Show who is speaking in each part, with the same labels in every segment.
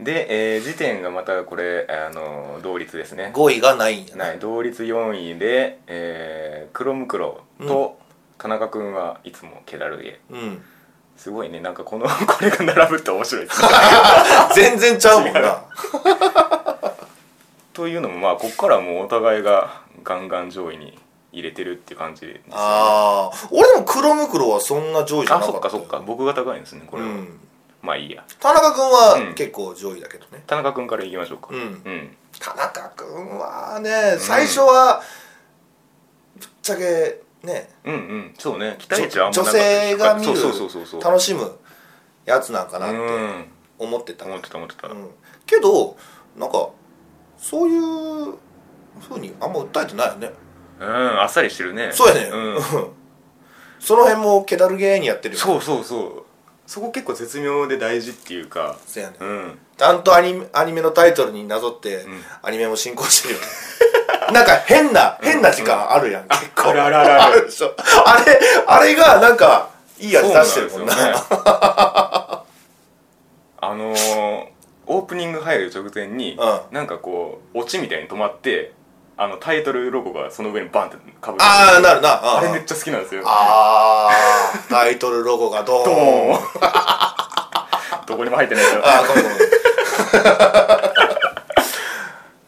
Speaker 1: で、えー時点がまたこれ、あの同率ですね
Speaker 2: 5位がないんや
Speaker 1: ない同率4位で、えー、クロムクロと田中君はいつもケダルゲ
Speaker 2: うん
Speaker 1: すごいねなんかこの これが並ぶって面白いです ね
Speaker 2: 全然ちゃうもんな
Speaker 1: というのもまあここからもうお互いがガンガン上位に入れてるって感じですよね
Speaker 2: ああ俺でも黒ムクロはそんな上位じゃ
Speaker 1: あ
Speaker 2: なかった
Speaker 1: そっかそっか僕が高いんですねこ
Speaker 2: う
Speaker 1: れは、
Speaker 2: ん
Speaker 1: まあいいや
Speaker 2: 田中君
Speaker 1: う
Speaker 2: は
Speaker 1: ん
Speaker 2: 結構上位だけどね、
Speaker 1: 田中君からいきましょうか
Speaker 2: うん
Speaker 1: うん、
Speaker 2: 田中君はね最初はぶっちゃけね
Speaker 1: うんうんそうね期待値はあ
Speaker 2: 女
Speaker 1: んまなかっ
Speaker 2: 女
Speaker 1: た
Speaker 2: 性が見る
Speaker 1: そうそうそうそうそう
Speaker 2: 楽しむやつなんかなっ
Speaker 1: う
Speaker 2: て
Speaker 1: ん
Speaker 2: 思ってた、
Speaker 1: 思ってた思ってた、
Speaker 2: うんけどなんかそういうふうにあんま訴えてないよね
Speaker 1: うん、あっさりしてるね。
Speaker 2: そうやね、
Speaker 1: うん
Speaker 2: うん、その辺もけだるげーにやってるよ
Speaker 1: そうそうそう。そこ結構絶妙で大事っていうか。
Speaker 2: そうやね
Speaker 1: うん。
Speaker 2: ちゃんとアニメアニメのタイトルになぞって、
Speaker 1: ん
Speaker 2: アニメも進行してるよね なんか変な変な時間あるやん、結構
Speaker 1: あるあるあるある
Speaker 2: でしょあれあれがなんかいいやつ出してるもんな
Speaker 1: そうなんですよねあのー、オープニング入る直前に、
Speaker 2: う
Speaker 1: なんかこう、オチみたいに止まって、あのタイトルロゴがその上にバンってかぶ
Speaker 2: ああなるなあ
Speaker 1: あれめっちゃ好きなんですよ。
Speaker 2: あータイトルロゴがドーン
Speaker 1: ドーン どこにも入ってないけど。
Speaker 2: あーごめんごめん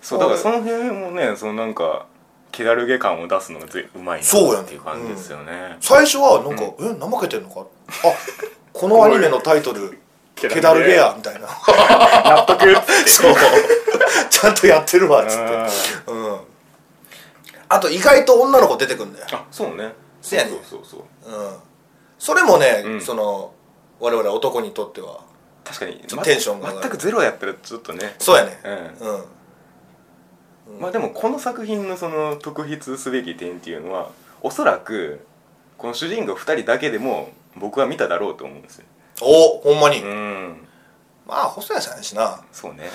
Speaker 1: そう、だからその辺もね、そのなんか、気だるげ感を出すのがぜうまい
Speaker 2: そうや
Speaker 1: な
Speaker 2: ね
Speaker 1: っていう感じですよね。
Speaker 2: 最初はなんか「え怠けてんのか?」あこのアニメのタイトル「
Speaker 1: ケ
Speaker 2: ケ
Speaker 1: ダルゲー
Speaker 2: ダルゲア」みたいな
Speaker 1: 納 得
Speaker 2: そう ちゃんとやってるわっつって
Speaker 1: あ
Speaker 2: うんあと意外と女の子出てくんだよ、
Speaker 1: あそうね
Speaker 2: せやねん
Speaker 1: そうそうそう
Speaker 2: うん、それもね、
Speaker 1: うん
Speaker 2: その我々男にとっては
Speaker 1: 確かに
Speaker 2: ょっとテンションが上が
Speaker 1: ま
Speaker 2: る
Speaker 1: 全くゼロやったらちょっとね
Speaker 2: そうやね
Speaker 1: う
Speaker 2: うん、
Speaker 1: んまあでもこの作品のその特筆すべき点っていうのはおそらくこの主人公2人だけでも僕は見ただろうと思うんですよ
Speaker 2: おほんまに、
Speaker 1: うん
Speaker 2: まあ細谷さんやしな
Speaker 1: そう ね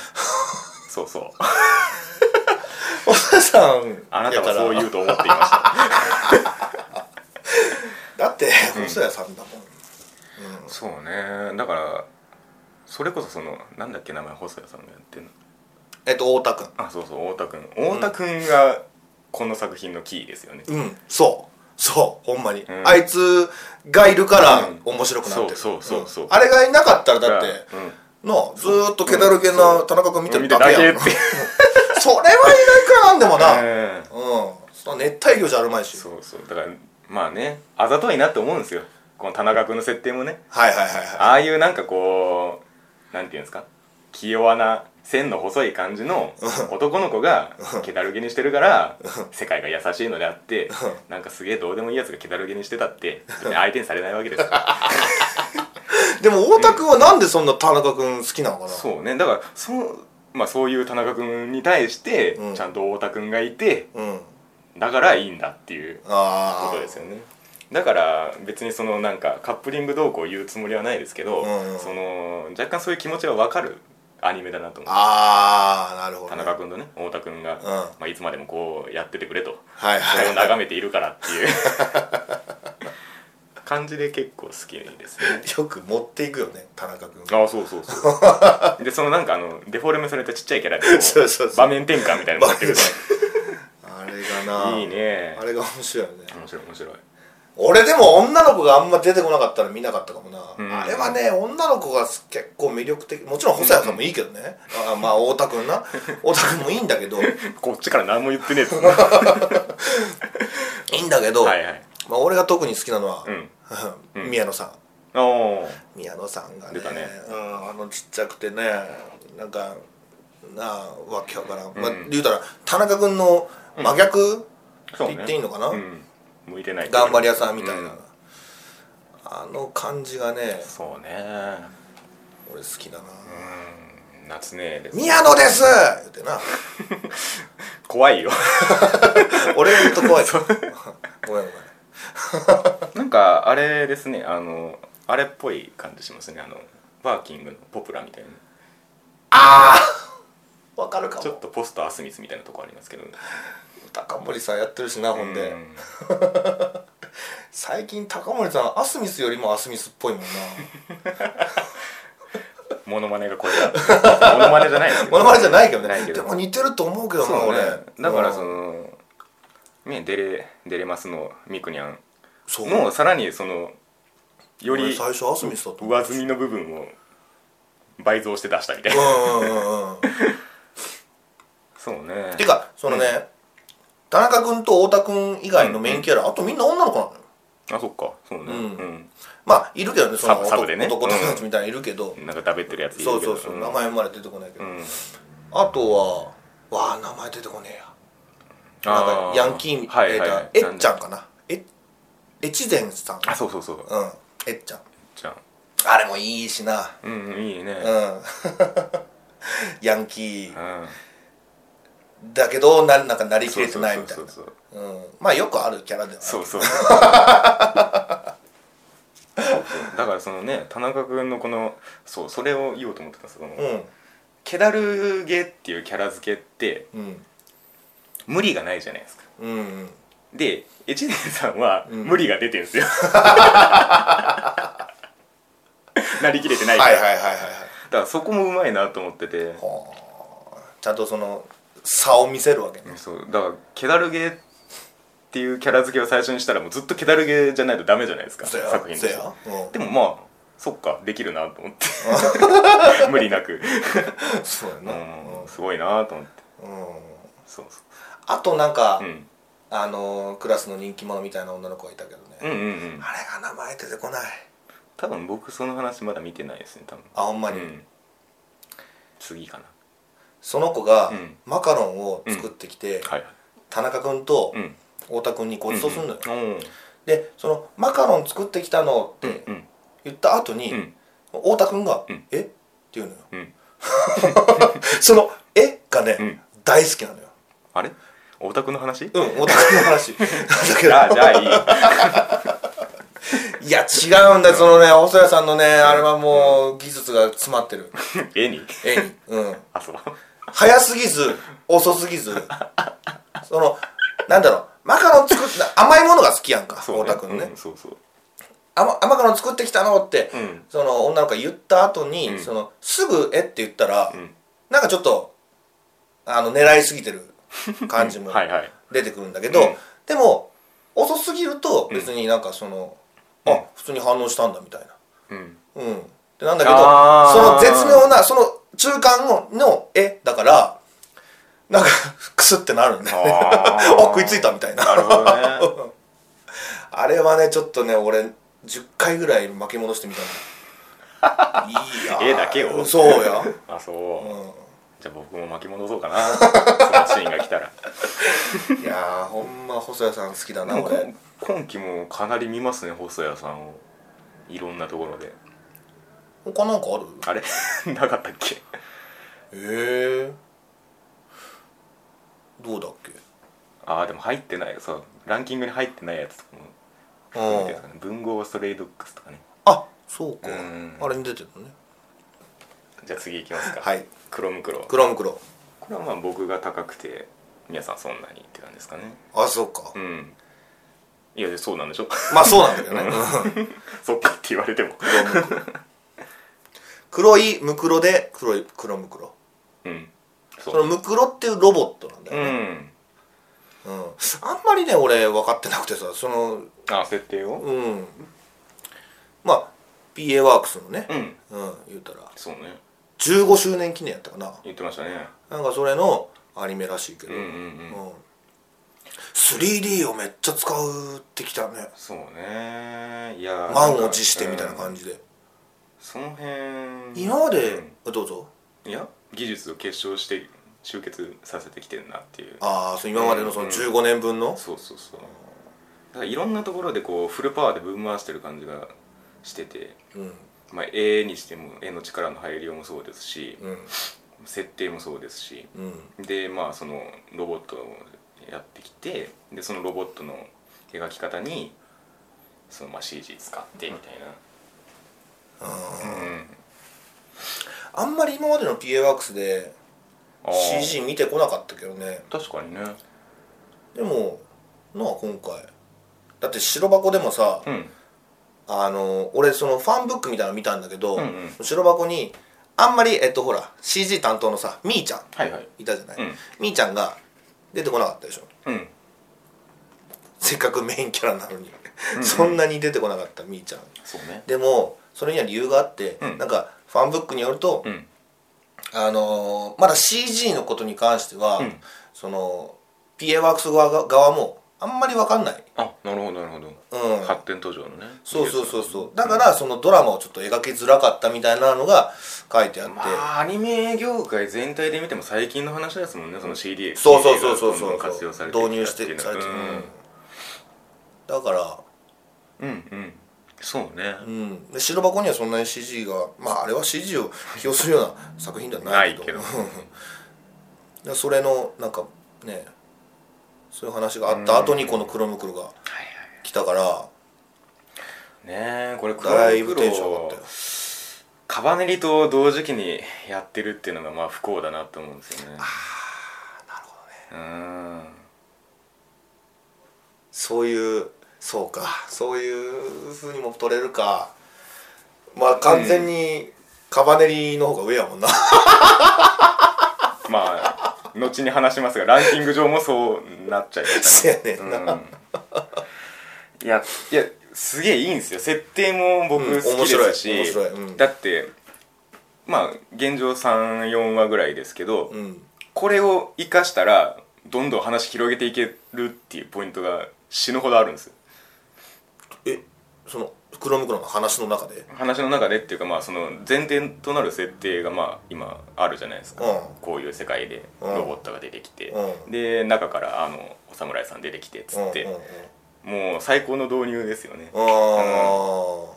Speaker 1: そうそう
Speaker 2: 細谷さん
Speaker 1: あなたはそう言
Speaker 2: やか
Speaker 1: うと思っていました
Speaker 2: らだって細谷さんだもん、うん
Speaker 1: そうねだからそれこそそのなんだっけ名前細谷さんがやってるの
Speaker 2: えっと太田君
Speaker 1: あそうそう太田君太田君がこの作品のキーですよね
Speaker 2: うんそうそうほんまに、
Speaker 1: ん
Speaker 2: あいつがいるから
Speaker 1: うん
Speaker 2: 面白くなってる、
Speaker 1: そうそうそうそうん
Speaker 2: あれがいなかったらだ
Speaker 1: だ
Speaker 2: って
Speaker 1: うん
Speaker 2: のずーっとけだるげな田中君見てるだけやん、
Speaker 1: 見てるだけっ
Speaker 2: それはいないくらなんでもな、
Speaker 1: うん
Speaker 2: うんその熱帯魚じゃあるまいし
Speaker 1: そうそうだからまあねあざといなって思うんですよこの田中君の設定もね
Speaker 2: はいはいはいはい
Speaker 1: ああいうなんかこうなんていうんですか気弱な線の細い感じの男の子が気だるげにしてるから世界が優しいのであってなんかすげえどうでもいいやつが気だるげにしてたって別に相手にされないわけですよ
Speaker 2: でも太田君はなんでそんな田中君好きなのかな、
Speaker 1: そうねだからそのまあそういう田中君に対して
Speaker 2: うん
Speaker 1: ちゃんと太田君がいて
Speaker 2: うん
Speaker 1: だからいいんだっていう
Speaker 2: ああ
Speaker 1: ことですよねだから別にそのなんかカップリングどうこう言うつもりはないですけど、
Speaker 2: うんうん
Speaker 1: その若干そういう気持ちは分かるアニメだなと思う
Speaker 2: ああなるほど、
Speaker 1: 田
Speaker 2: ね、
Speaker 1: 中君とね太田君が、
Speaker 2: ん
Speaker 1: まあ、いつまでもこうやっててくれと
Speaker 2: はい
Speaker 1: そ
Speaker 2: は
Speaker 1: れを
Speaker 2: いはい
Speaker 1: 眺めているからって いう感じで結構好きですね
Speaker 2: よく持っていくよね田中君
Speaker 1: ああそうそうそう でそのなんかあのデフォルメされたちっちゃいキャラでこう
Speaker 2: そうそうそう
Speaker 1: 場面転換みたいなのやってくる
Speaker 2: あれがない
Speaker 1: いね
Speaker 2: あれが面白いよね
Speaker 1: 面白い面白い
Speaker 2: 俺でも女の子があんま出てこなかったら見なかったかもな、
Speaker 1: うん
Speaker 2: あれはね女の子が結構魅力的もちろん細谷さんもいいけどね、あまあ太田君な 太田君もいいんだけどい
Speaker 1: こっちから何も言って ねえと
Speaker 2: いんだけど、
Speaker 1: はいはい
Speaker 2: まあ、俺が特に好きなのは
Speaker 1: う、ん
Speaker 2: 宮野さん
Speaker 1: おー
Speaker 2: 宮野さんがね
Speaker 1: 出たね
Speaker 2: うん、あのちっちゃくてねなんかなあわけわからん、まあ、言うたら田中君の真逆、
Speaker 1: そう
Speaker 2: って言っていいのかな
Speaker 1: うん、向いてない
Speaker 2: 頑張り屋さんみたいな、
Speaker 1: う
Speaker 2: あの感じがね
Speaker 1: そうね
Speaker 2: 俺好きだな、
Speaker 1: うん夏ねです
Speaker 2: 宮野です言ってな
Speaker 1: 怖いよ
Speaker 2: 俺が言うと怖いごめんごめん
Speaker 1: なんかあれですねあのあれっぽい感じしますねあのバーキングのポプラみたいな
Speaker 2: ああわかるか
Speaker 1: ちょっ
Speaker 2: も
Speaker 1: とポストアスミスみたいなとこありますけど
Speaker 2: 高森さんやってるしなほんで、
Speaker 1: うん
Speaker 2: 最近高森さんアスミスよりもアスミスっぽいもんな
Speaker 1: モノマネがこれだモノマネじゃないですけど
Speaker 2: モノマネじゃないけどね
Speaker 1: ないけ
Speaker 2: で
Speaker 1: ど
Speaker 2: も似てると思うけどな
Speaker 1: そうね
Speaker 2: 俺
Speaker 1: だからそ
Speaker 2: うん
Speaker 1: のねデレデレマスのミクニャン
Speaker 2: そう
Speaker 1: のさらにそのより
Speaker 2: 俺最初アスミスだと思う
Speaker 1: 上積みの部分を倍増して出したみたいな
Speaker 2: うんうんうんうん
Speaker 1: そうね
Speaker 2: てかそのね、田中君と太田君以外のメインキャラ、あとみんな女の子なのよ
Speaker 1: あそっかそうね
Speaker 2: んまあいるけどねそ
Speaker 1: サ
Speaker 2: の
Speaker 1: ブサブでね
Speaker 2: 男友達みたいなのいるけど、
Speaker 1: うんなんかだべってるやついるけ
Speaker 2: そ
Speaker 1: ど
Speaker 2: うそうそう、
Speaker 1: ん
Speaker 2: 名前まで出てこないけど、
Speaker 1: うん
Speaker 2: あとはわあ名前出てこねえやなん
Speaker 1: あ
Speaker 2: かヤンキーみ
Speaker 1: は
Speaker 2: た
Speaker 1: い
Speaker 2: い
Speaker 1: はい
Speaker 2: な
Speaker 1: はい
Speaker 2: えっちゃんかなえ越前さん
Speaker 1: あそうそうそう
Speaker 2: うんえっちゃん
Speaker 1: じゃ
Speaker 2: あれもいいしな
Speaker 1: あうんうんいいね
Speaker 2: うん ヤンキー
Speaker 1: うん
Speaker 2: だけどななんかなりきれてないみたい
Speaker 1: そう
Speaker 2: な
Speaker 1: そうそう
Speaker 2: うんまあよくあるキャラではあ
Speaker 1: そ
Speaker 2: る
Speaker 1: うそう だからそのね田中君のこのそうそれを言おうと思ってたその、ケダルゲっていうキャラ付けって
Speaker 2: うんうん
Speaker 1: 無理がないじゃないですか
Speaker 2: うんうん
Speaker 1: で越前さんは
Speaker 2: うん
Speaker 1: 無理が出てるん ですよ、 なりきれてないから、
Speaker 2: はいはいはいはいはい
Speaker 1: だからそこもうまいなと思ってて
Speaker 2: ちゃんとその差を見せるわけね
Speaker 1: そうだからケダルゲっていうキャラ付けを最初にしたらもうずっとケダルゲじゃないとダメじゃないですか
Speaker 2: そや
Speaker 1: 作品と
Speaker 2: そ
Speaker 1: して
Speaker 2: やうん
Speaker 1: でもまあそっかできるなと思って 無理なく、
Speaker 2: そうや
Speaker 1: う
Speaker 2: なうん
Speaker 1: ん、すごいなと思って
Speaker 2: うん
Speaker 1: そうそ
Speaker 2: あとなんか
Speaker 1: う、うん、
Speaker 2: あのークラスの人気者みたいな女の子がいたけど
Speaker 1: う
Speaker 2: ね
Speaker 1: んうんうん
Speaker 2: あれが名前出てこない
Speaker 1: 多分僕その話まだ見てないですね多分
Speaker 2: あほんまに
Speaker 1: うん、次かな
Speaker 2: その子が
Speaker 1: うん
Speaker 2: マカロンを作ってきて
Speaker 1: はい
Speaker 2: 田中君と
Speaker 1: うん
Speaker 2: 太田君にごちそうするのよ
Speaker 1: うんうん
Speaker 2: でそのマカロン作ってきたのって
Speaker 1: うん
Speaker 2: 言った後
Speaker 1: う
Speaker 2: に
Speaker 1: ん
Speaker 2: 太田君が
Speaker 1: うん
Speaker 2: 「えっ?」て言うのよ
Speaker 1: うん
Speaker 2: その「えっ?」が
Speaker 1: う
Speaker 2: ね
Speaker 1: ん
Speaker 2: 大好きなのよ
Speaker 1: あれオタクの話、
Speaker 2: うん太田君の 話なんだけ
Speaker 1: じ
Speaker 2: ど
Speaker 1: ゃあじゃあいい
Speaker 2: いや違うんだよそのね細谷さんのねあれはもう技術が詰まってる
Speaker 1: 絵に
Speaker 2: 絵にうん
Speaker 1: あそう
Speaker 2: 早すぎず遅すぎずそのなんだろうマカロン作って甘いものが好きやんか
Speaker 1: そ
Speaker 2: 太
Speaker 1: う
Speaker 2: 田君ね、
Speaker 1: うんそうそう
Speaker 2: 甘甘マカロン作ってきたのって、
Speaker 1: うん
Speaker 2: その女の子が言った後に、
Speaker 1: うん
Speaker 2: そのすぐ「えっ?」て言ったら、
Speaker 1: ん
Speaker 2: なんかちょっとあの狙いすぎてる感じ も
Speaker 1: はいはい
Speaker 2: 出てくるんだけど、
Speaker 1: うん
Speaker 2: でも遅すぎると別になんかその、
Speaker 1: うん
Speaker 2: あ普通に反応したんだみたいな
Speaker 1: うん
Speaker 2: うんってなんだけど
Speaker 1: あ
Speaker 2: その
Speaker 1: ー
Speaker 2: 絶妙なその中間のの絵だからなんかクスってなるんだよ ね
Speaker 1: あ
Speaker 2: あ
Speaker 1: ー
Speaker 2: 食いついたみたいな
Speaker 1: なるほどね
Speaker 2: あれはねちょっとね俺10回ぐらい巻き戻してみたのいいやー
Speaker 1: 絵だけを
Speaker 2: そうや、
Speaker 1: あそう、
Speaker 2: う
Speaker 1: じゃあ僕も巻き戻そうか なそのシーンが来たら
Speaker 2: ん、いやーほんま細谷さん好きだな
Speaker 1: もう
Speaker 2: 俺
Speaker 1: 今今期もかなり見ますね細谷さんをいろんなところで
Speaker 2: 他なんかある
Speaker 1: あれ なかったっけ
Speaker 2: へえどうだっけ
Speaker 1: ああでも入ってないそうランキングに入ってないやつとかもなんていうんです
Speaker 2: あ
Speaker 1: かね文豪ストレイドックスとかね
Speaker 2: あそうか
Speaker 1: うん
Speaker 2: あれに出てるのね
Speaker 1: じゃあ次行きますか
Speaker 2: はい
Speaker 1: クロムクロ
Speaker 2: クロムクロ
Speaker 1: これはまあ僕が高くて皆さんそんなにって感じですかね
Speaker 2: あそうか
Speaker 1: うんいやそうなんでしょ
Speaker 2: まあそうなんだけどね
Speaker 1: そっかって言われても
Speaker 2: 黒いムクロで黒い黒ムクロ
Speaker 1: うん
Speaker 2: その
Speaker 1: そう
Speaker 2: ムクロっていうロボットなんだ
Speaker 1: う
Speaker 2: よね、
Speaker 1: ん
Speaker 2: うんあんまりね俺分かってなくてさその
Speaker 1: あ設定を
Speaker 2: うんまあ PA ワークスのね
Speaker 1: うん、
Speaker 2: うん、言うたら
Speaker 1: そうね
Speaker 2: 15周年記念やったかな
Speaker 1: 言ってましたね
Speaker 2: なんかそれのアニメらしいけど、
Speaker 1: うんうんうん
Speaker 2: うん 3D をめっちゃ使うってきたね
Speaker 1: そうねいや
Speaker 2: 満を持してみたいな
Speaker 1: じ、うん
Speaker 2: 感じで、
Speaker 1: その辺
Speaker 2: 今まで、
Speaker 1: うん
Speaker 2: あどうぞ
Speaker 1: いや技術を結晶して集結させてきてるなっていう
Speaker 2: ああそう今までのその15年分の、
Speaker 1: そうそうそうだからいろんなところでこうフルパワーでぶん回してる感じがしてて、
Speaker 2: うん
Speaker 1: まあ、絵にしても絵の力の入りようもそうですし、
Speaker 2: うん
Speaker 1: 設定もそうですし
Speaker 2: うん
Speaker 1: でまあそのロボットをやってきてでそのロボットの描き方にそのまあ CG 使ってみたいな、うん
Speaker 2: あんまり今までの PA ワークスで
Speaker 1: あー
Speaker 2: CG 見てこなかったけどね
Speaker 1: 確かにね
Speaker 2: でもなあ今回だって白箱でもさ、
Speaker 1: うん
Speaker 2: あの俺そのファンブックみたいなの見たんだけど、
Speaker 1: うんうん
Speaker 2: 白箱に「あんまりえっとほら CG 担当のさみーちゃん
Speaker 1: はいはい
Speaker 2: いたじゃない、
Speaker 1: うん
Speaker 2: みーちゃんが出てこなかったでしょ
Speaker 1: うん
Speaker 2: せっかくメインキャラなのにそんなに出てこなかったみーちゃん
Speaker 1: そうね
Speaker 2: でもそれには理由があって、
Speaker 1: うん
Speaker 2: なんかファンブックによると、
Speaker 1: うん
Speaker 2: あのーまだ CG のことに関しては、
Speaker 1: うん
Speaker 2: その PA ワークス側が側もあんまり分かんない、
Speaker 1: あなるほどなるほど、
Speaker 2: うん、
Speaker 1: 発展途上のね
Speaker 2: そうそうそう
Speaker 1: う
Speaker 2: そうだからそのドラマをちょっと描きづらかったみたいなのが書いてあって、
Speaker 1: まあアニメ業界全体で見ても最近の話ですもんねその CD
Speaker 2: そうそうそうそうそう
Speaker 1: CD がどんどん活用されてきた
Speaker 2: 導入して
Speaker 1: っていうの
Speaker 2: さ
Speaker 1: は
Speaker 2: れてうんだから
Speaker 1: うんうんそうね
Speaker 2: うん、で白箱にはそんなに CG がまああれは CG を起用するような作品ではないけど
Speaker 1: ない
Speaker 2: でそれのなんかねそういう話があった後にこの「クロムクロ」が来たから
Speaker 1: ねえこれク
Speaker 2: だ
Speaker 1: ロ
Speaker 2: い
Speaker 1: ム
Speaker 2: ぶ
Speaker 1: ク
Speaker 2: テンション上がったよ
Speaker 1: ロカバネリと同時期にやってるっていうのがまあ不幸だなと思うんですよねああなるほどね
Speaker 2: そういうそうかそういうふうにも取れるかまあ完全にカバネリの方が上やもんな
Speaker 1: うんまあ後に話しますがランキング上もそうなっちゃいまし
Speaker 2: せやね
Speaker 1: た
Speaker 2: ん
Speaker 1: ね、
Speaker 2: な、
Speaker 1: うん、いやいやすげえいいんですよ設定も僕
Speaker 2: うん
Speaker 1: 好きですし、
Speaker 2: 面白い面白いうん
Speaker 1: だってまあ現状34話ぐらいですけど、
Speaker 2: うん
Speaker 1: これを生かしたらどんどん話広げていけるっていうポイントが死ぬほどあるんですよ
Speaker 2: えその「クロムクロ」の話の中で
Speaker 1: 話の中でっていうかまあその前提となる設定がまあ今あるじゃないですか、
Speaker 2: うん
Speaker 1: こういう世界で
Speaker 2: うん
Speaker 1: ロボットが出てきて、
Speaker 2: う
Speaker 1: で中からあのお侍さん出てきてっつって、
Speaker 2: うんうんうん
Speaker 1: もう最高の導入ですよね、
Speaker 2: ああ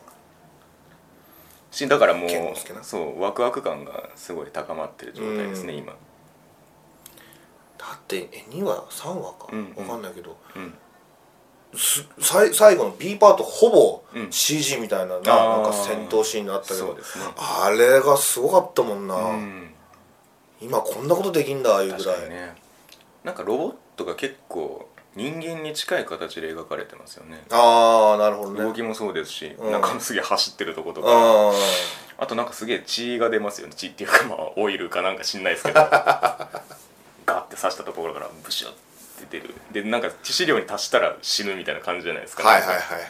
Speaker 1: しだからもう
Speaker 2: 剣之介な
Speaker 1: そうワクワク感がすごい高まってる状態ですね、
Speaker 2: うん
Speaker 1: 今、
Speaker 2: だってえ2話3話か、
Speaker 1: うんうん
Speaker 2: わかんないけど
Speaker 1: うん、
Speaker 2: すさい最後の B パートほ
Speaker 1: う
Speaker 2: ぼ
Speaker 1: ん
Speaker 2: CG みたいなな,、
Speaker 1: あー
Speaker 2: んか戦闘シーンがあったけ
Speaker 1: そ
Speaker 2: ど
Speaker 1: うですね
Speaker 2: あれがすごかったもんな、
Speaker 1: うん
Speaker 2: 今こんなことできんだいうぐ
Speaker 1: 確
Speaker 2: ら
Speaker 1: か
Speaker 2: い、
Speaker 1: にねなんかロボットが結構人間に近い形で描かれてますよね
Speaker 2: ああなるほどね
Speaker 1: 動きもそうですし、
Speaker 2: うん
Speaker 1: なんかすげえ走ってるとことか
Speaker 2: あ
Speaker 1: あとなんかすげえ血が出ますよね血っていうかまあオイルかなんか知んない ですけどガッて刺したところからブシュッて出るでなんか致死量に達したら死ぬみたいな感じじゃないです
Speaker 2: あ
Speaker 1: か、
Speaker 2: はいはいはいはいはい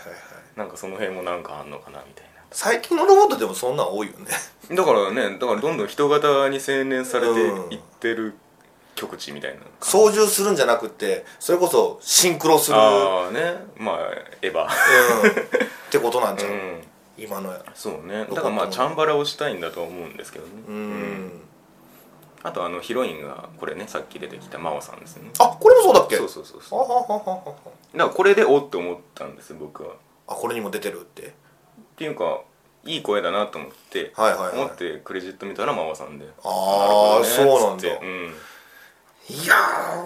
Speaker 1: なんかその辺もなんかあんのかなみたい
Speaker 2: 最近のロボットでもそんなん多いよ ね
Speaker 1: なだからねだからどんどん人型に洗練され
Speaker 2: うん
Speaker 1: ていってる極地みたいな感じ
Speaker 2: 操縦するんじゃなくてそれこそシンクロする、うん、っ
Speaker 1: ああねまあエヴァ
Speaker 2: てことなんじゃん、
Speaker 1: うん
Speaker 2: 今のや
Speaker 1: そうね
Speaker 2: ト
Speaker 1: だからまあチャンバラをしたいんだとは思うんですけどね
Speaker 2: うん、
Speaker 1: あとあのヒロインがこれねさっき出てきた真央さんですね
Speaker 2: あこれもそうだっけ
Speaker 1: そうそうそう
Speaker 2: あ
Speaker 1: そう
Speaker 2: はははは
Speaker 1: だからこれでおって思ったんです僕はっ
Speaker 2: あこれにも出てるって
Speaker 1: ていうかいい声だなと思って、
Speaker 2: はいはいはい
Speaker 1: 思ってクレジット見たら真央さんであ
Speaker 2: ああ、そうなんだ
Speaker 1: う
Speaker 2: い
Speaker 1: ん、
Speaker 2: や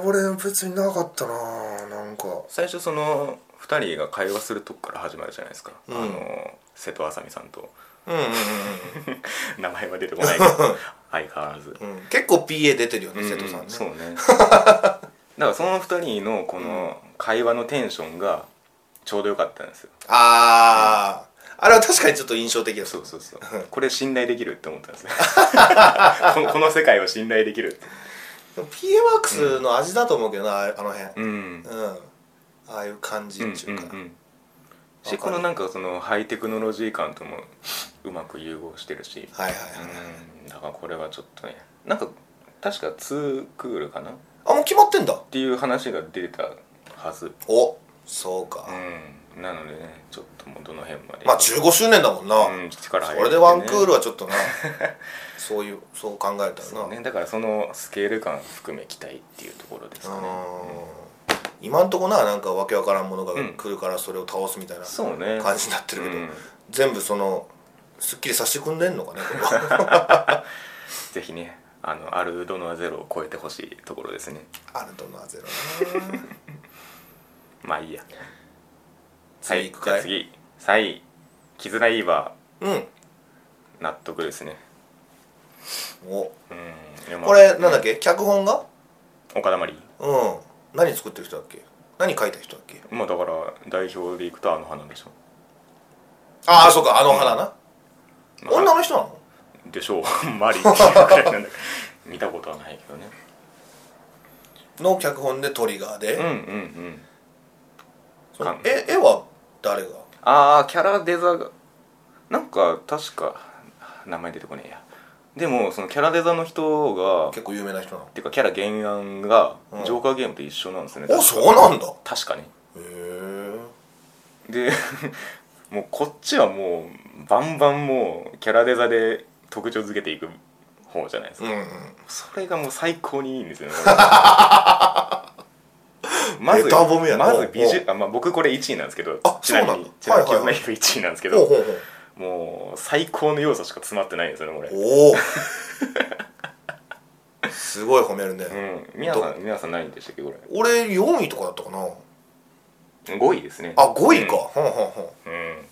Speaker 2: ー俺別になかったなーなんか
Speaker 1: 最初その2人が会話するとこから始まるじゃないですか、
Speaker 2: うん
Speaker 1: あの瀬戸麻美さんと
Speaker 2: うんうん
Speaker 1: 名前は出てこないけど 相変わらず
Speaker 2: うん、うん、結構 PA 出てるよね、
Speaker 1: うん
Speaker 2: 瀬戸さんね
Speaker 1: そうねだからその2人のこの会話のテンションがちょうど良かったんですよ
Speaker 2: ああ、あれは確かにちょっと印象的だ
Speaker 1: そうそう そうこれ信頼できるって思ったんですねこ のこの世界を信頼できるって
Speaker 2: でも PA ワークスの味だと思うけどなああの辺
Speaker 1: うん
Speaker 2: うん、ああいう感じ
Speaker 1: う
Speaker 2: っ
Speaker 1: ん
Speaker 2: ていうか、
Speaker 1: うんうん
Speaker 2: わか
Speaker 1: し
Speaker 2: る
Speaker 1: このなんかそのハイテクノロジー感ともうまく融合してるし
Speaker 2: はいはいはい、
Speaker 1: うんだからこれはちょっとねなんか確か2クールかなっ
Speaker 2: あもう決まってんだ
Speaker 1: ていう話が出てたはず
Speaker 2: おそうか、
Speaker 1: うんなのでねちょっともうどの辺まで
Speaker 2: まあ15周年だもんな、
Speaker 1: うん、力
Speaker 2: そ
Speaker 1: 入
Speaker 2: れでワンクールはちょっ となそういうそう考えたらな、
Speaker 1: そうねだからそのスケール感含め期待っていうところですかね
Speaker 2: うん今んとこななんかわけわからんものが来るからそれを倒すみたいな
Speaker 1: そうね
Speaker 2: 感じになってるけど、
Speaker 1: うん
Speaker 2: 全部そのすっきりさせてくんでんのかねこれ は
Speaker 1: ぜひねあのアルドノアゼロを超えてほしいところですね
Speaker 2: アルトナーゼロな
Speaker 1: まあいいやはい
Speaker 2: 次行くかい、
Speaker 1: じゃあ次3位絆イーバ
Speaker 2: うん
Speaker 1: ー納得ですね
Speaker 2: お
Speaker 1: うんいやまあ
Speaker 2: これなんだっけ、脚本が
Speaker 1: 岡田まり
Speaker 2: うん何作ってる人だっけ何書いた人だっけ
Speaker 1: まあだから代表でいくとあの花でしょ、
Speaker 2: ああそうかあの花な、
Speaker 1: まあ
Speaker 2: 女の人なの
Speaker 1: でしょう マリっていうくらいなんだけど 見たことはないけどね
Speaker 2: の脚本でトリガーで、
Speaker 1: うんうんうん
Speaker 2: その
Speaker 1: か
Speaker 2: 絵絵は誰が
Speaker 1: ああキャラデザがなんか確か名前出てこねえやでもそのキャラデザの人が
Speaker 2: 結構有名な人なの
Speaker 1: っていうかキャラ原案が
Speaker 2: うん
Speaker 1: ジョーカーゲームと一緒なんですね、
Speaker 2: おそうなんだへ
Speaker 1: 確かね
Speaker 2: え
Speaker 1: で もうこっちはもうバンバンもうキャラデザで特徴づけていく方じゃないです
Speaker 2: う
Speaker 1: か、
Speaker 2: んうん
Speaker 1: それがもう最高にいいんです よね
Speaker 2: ベタ褒めやな
Speaker 1: まずビジ
Speaker 2: お
Speaker 1: ュあ、まあ、僕これ1位なんですけど
Speaker 2: あ
Speaker 1: ちな
Speaker 2: そう
Speaker 1: み
Speaker 2: なんだ
Speaker 1: にちなみに
Speaker 2: はい
Speaker 1: 絆
Speaker 2: はいはい
Speaker 1: イフ1位なんですけ
Speaker 2: ほう
Speaker 1: ど
Speaker 2: ほうほう
Speaker 1: もう最高の要素しか詰まってないんですよねこれ
Speaker 2: おおすごい褒めるね、
Speaker 1: うん皆さん皆さん何位でしたっけこ
Speaker 2: 俺4位とかだったかな
Speaker 1: れ5位ですね
Speaker 2: あ5位か、ほんほんほん
Speaker 1: うん、うん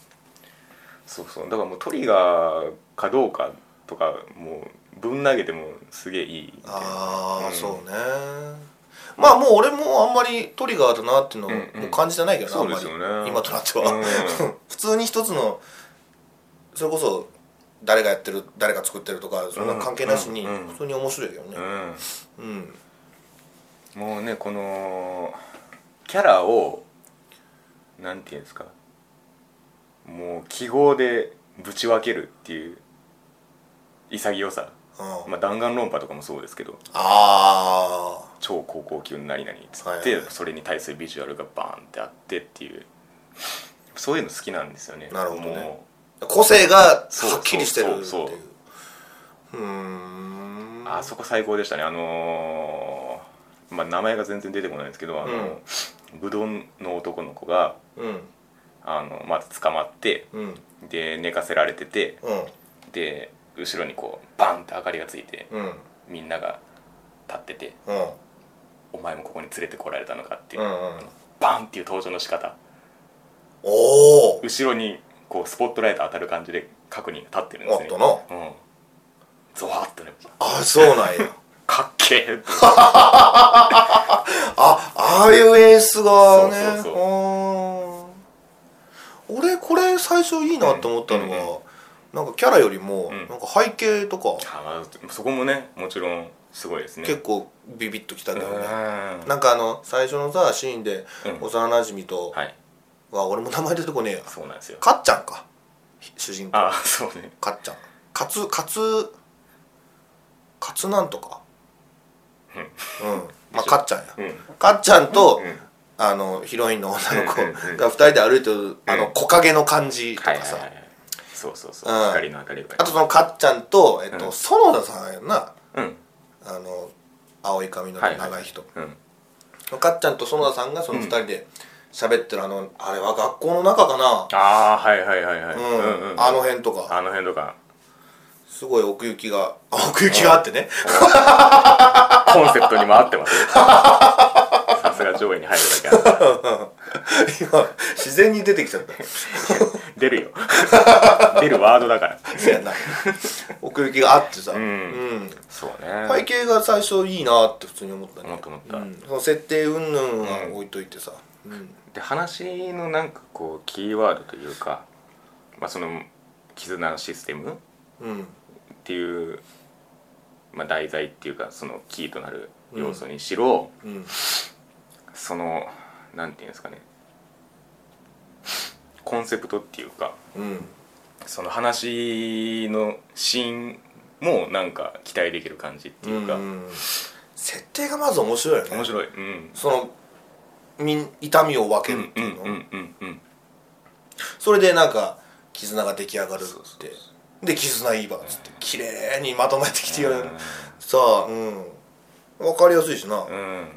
Speaker 1: そうそうだからもうトリガーかどうかとかもうぶん投げてもすげえいいみたいな
Speaker 2: ああ、
Speaker 1: うん
Speaker 2: そうねまあもう俺もあんまりトリガーだなっていうのを
Speaker 1: うんうん
Speaker 2: もう感じてないけどな、
Speaker 1: そうで
Speaker 2: あん
Speaker 1: す
Speaker 2: ま
Speaker 1: よ
Speaker 2: り、
Speaker 1: ね
Speaker 2: 今となっては、
Speaker 1: うん
Speaker 2: 普通に一つのそれこそ誰がやってる誰が作ってるとかそんな関係なしに
Speaker 1: うんうんうん
Speaker 2: 普通に面白いけどね
Speaker 1: う
Speaker 2: うん、
Speaker 1: んもうねこのキャラをなんていうんですかもう記号でぶち分けるっていう潔さ、
Speaker 2: うん
Speaker 1: まあ、弾丸論破とかもそうですけど
Speaker 2: あ
Speaker 1: 超高校級の何々っつって、
Speaker 2: はいはいはい
Speaker 1: それに対するビジュアルがバーンってあってっていうそういうの好きなんですよね
Speaker 2: なるほどね
Speaker 1: も
Speaker 2: あ個性がは
Speaker 1: そう
Speaker 2: っきりしてるっていう
Speaker 1: そうそうそう
Speaker 2: うー
Speaker 1: うんあそこ最高でしたねあのーまあ名前が全然出てこないんですけどあの、ぶどんの男の子が
Speaker 2: うん
Speaker 1: あのまず捕まって
Speaker 2: うん
Speaker 1: で寝かせられてて
Speaker 2: うん
Speaker 1: で後ろにこうバンって明かりがついて
Speaker 2: うん
Speaker 1: みんなが立ってて
Speaker 2: うん
Speaker 1: 「お前もここに連れてこられたのか」っていう、
Speaker 2: うんうん
Speaker 1: バンっていう登場の仕方
Speaker 2: おお
Speaker 1: 後ろにこうスポットライト当たる感じで各人が立ってるんです
Speaker 2: あ
Speaker 1: ね
Speaker 2: ったな
Speaker 1: うんゾワッとね
Speaker 2: あそうなんや
Speaker 1: かっけえって
Speaker 2: あああいう演出がね
Speaker 1: そうそうそう
Speaker 2: うーん俺これ最初いいなと思ったの
Speaker 1: うん
Speaker 2: は、なんかキャラよりも、
Speaker 1: うん
Speaker 2: なんか背景とか
Speaker 1: あまあそこもねもちろんすごいですね
Speaker 2: 結構ビビッときたけどね、
Speaker 1: うん
Speaker 2: なんかあの最初のさシーンで
Speaker 1: うん
Speaker 2: 幼馴染と、
Speaker 1: はい
Speaker 2: わ俺も名前出てこねえや
Speaker 1: そうなんですよ
Speaker 2: かっちゃんか主人公
Speaker 1: ああそうね
Speaker 2: かっちゃんかつかつかつなんとかうん、まあかっちゃんや
Speaker 1: うん
Speaker 2: かっちゃんと、
Speaker 1: うん
Speaker 2: あのヒロインの女の子
Speaker 1: うんうんうん
Speaker 2: が2人で歩いてるあの木陰の感じとか
Speaker 1: はいはい
Speaker 2: さ、
Speaker 1: はいはいそうそうそう、
Speaker 2: うん
Speaker 1: 光の明かりが
Speaker 2: あとそのかっちゃんと、えっ
Speaker 1: うん
Speaker 2: と、園田さんやんな
Speaker 1: うん
Speaker 2: あの青い髪の
Speaker 1: はいはい
Speaker 2: 長い人、
Speaker 1: うん
Speaker 2: かっちゃんと園田さんがその2人で喋ってるあのあれは学校の中かな、
Speaker 1: ああーはいはいはいはい、
Speaker 2: うんあの辺とか
Speaker 1: あの辺とか
Speaker 2: すごい奥行きがあ奥行きがあってね、
Speaker 1: コンセプトにも合ってます よさすが上位に入るだけある
Speaker 2: 今自然に出てきちゃった
Speaker 1: 出るよ出るワードだから
Speaker 2: そうやな奥行きがあってさ、
Speaker 1: うん
Speaker 2: うん
Speaker 1: そうね
Speaker 2: 背景が最初いいなって普通に思ったね
Speaker 1: 思った思った
Speaker 2: うんその設定云々は置いといてさ、うん
Speaker 1: で話のなんかこうキーワードというかまあその絆のシステム
Speaker 2: うん
Speaker 1: っていう、まあ、題材っていうかそのキーとなる要素にしろ、
Speaker 2: うん
Speaker 1: そのなんていうんですかねコンセプトっていうか
Speaker 2: うん
Speaker 1: その話のシーンもなんか期待できる感じっていうか、
Speaker 2: うん設定がまず面白いよね
Speaker 1: 面白い、うん、
Speaker 2: そのみん痛みを分
Speaker 1: う
Speaker 2: ける
Speaker 1: ん
Speaker 2: って
Speaker 1: うん
Speaker 2: いうの、
Speaker 1: うんうんうん
Speaker 2: それでなんか絆が出来上がるってで絆いいばっつって綺麗にまとめてきてやるさあうん分かりやすいしな、
Speaker 1: うん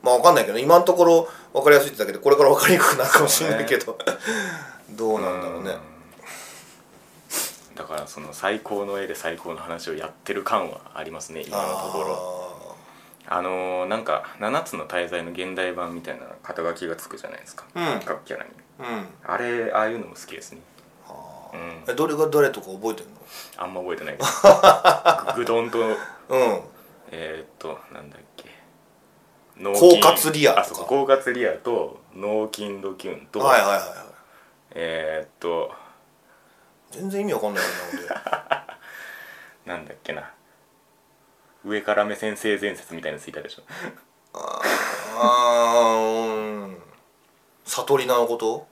Speaker 2: まあ分かんないけど今のところ分かりやすいってだけでこれから分かりにくくなるかもしれないけど、 どうなんだろうね、
Speaker 1: うんだからその最高の絵で最高の話をやってる感はありますね今のところ
Speaker 2: ろ
Speaker 1: あのーなんか「七つの大罪」の現代版みたいな肩書きがつくじゃないですか、
Speaker 2: うん
Speaker 1: 各キャラに
Speaker 2: うん
Speaker 1: あれああいうのも好きですね
Speaker 2: あ
Speaker 1: うん
Speaker 2: ーえどれが誰とか覚えてんの
Speaker 1: あんま覚えてないけ どぐどんと
Speaker 2: うん
Speaker 1: えー、っとなんだっけ脳
Speaker 2: 狡猾リアとか
Speaker 1: あそう狡猾リアと脳筋ドキュンと、
Speaker 2: はいはいはいは
Speaker 1: えー、っと
Speaker 2: い全然意味わかんないよな
Speaker 1: なんだっけな上から目線性善説みたいなのついたでしょ
Speaker 2: あーうん悟りなのこと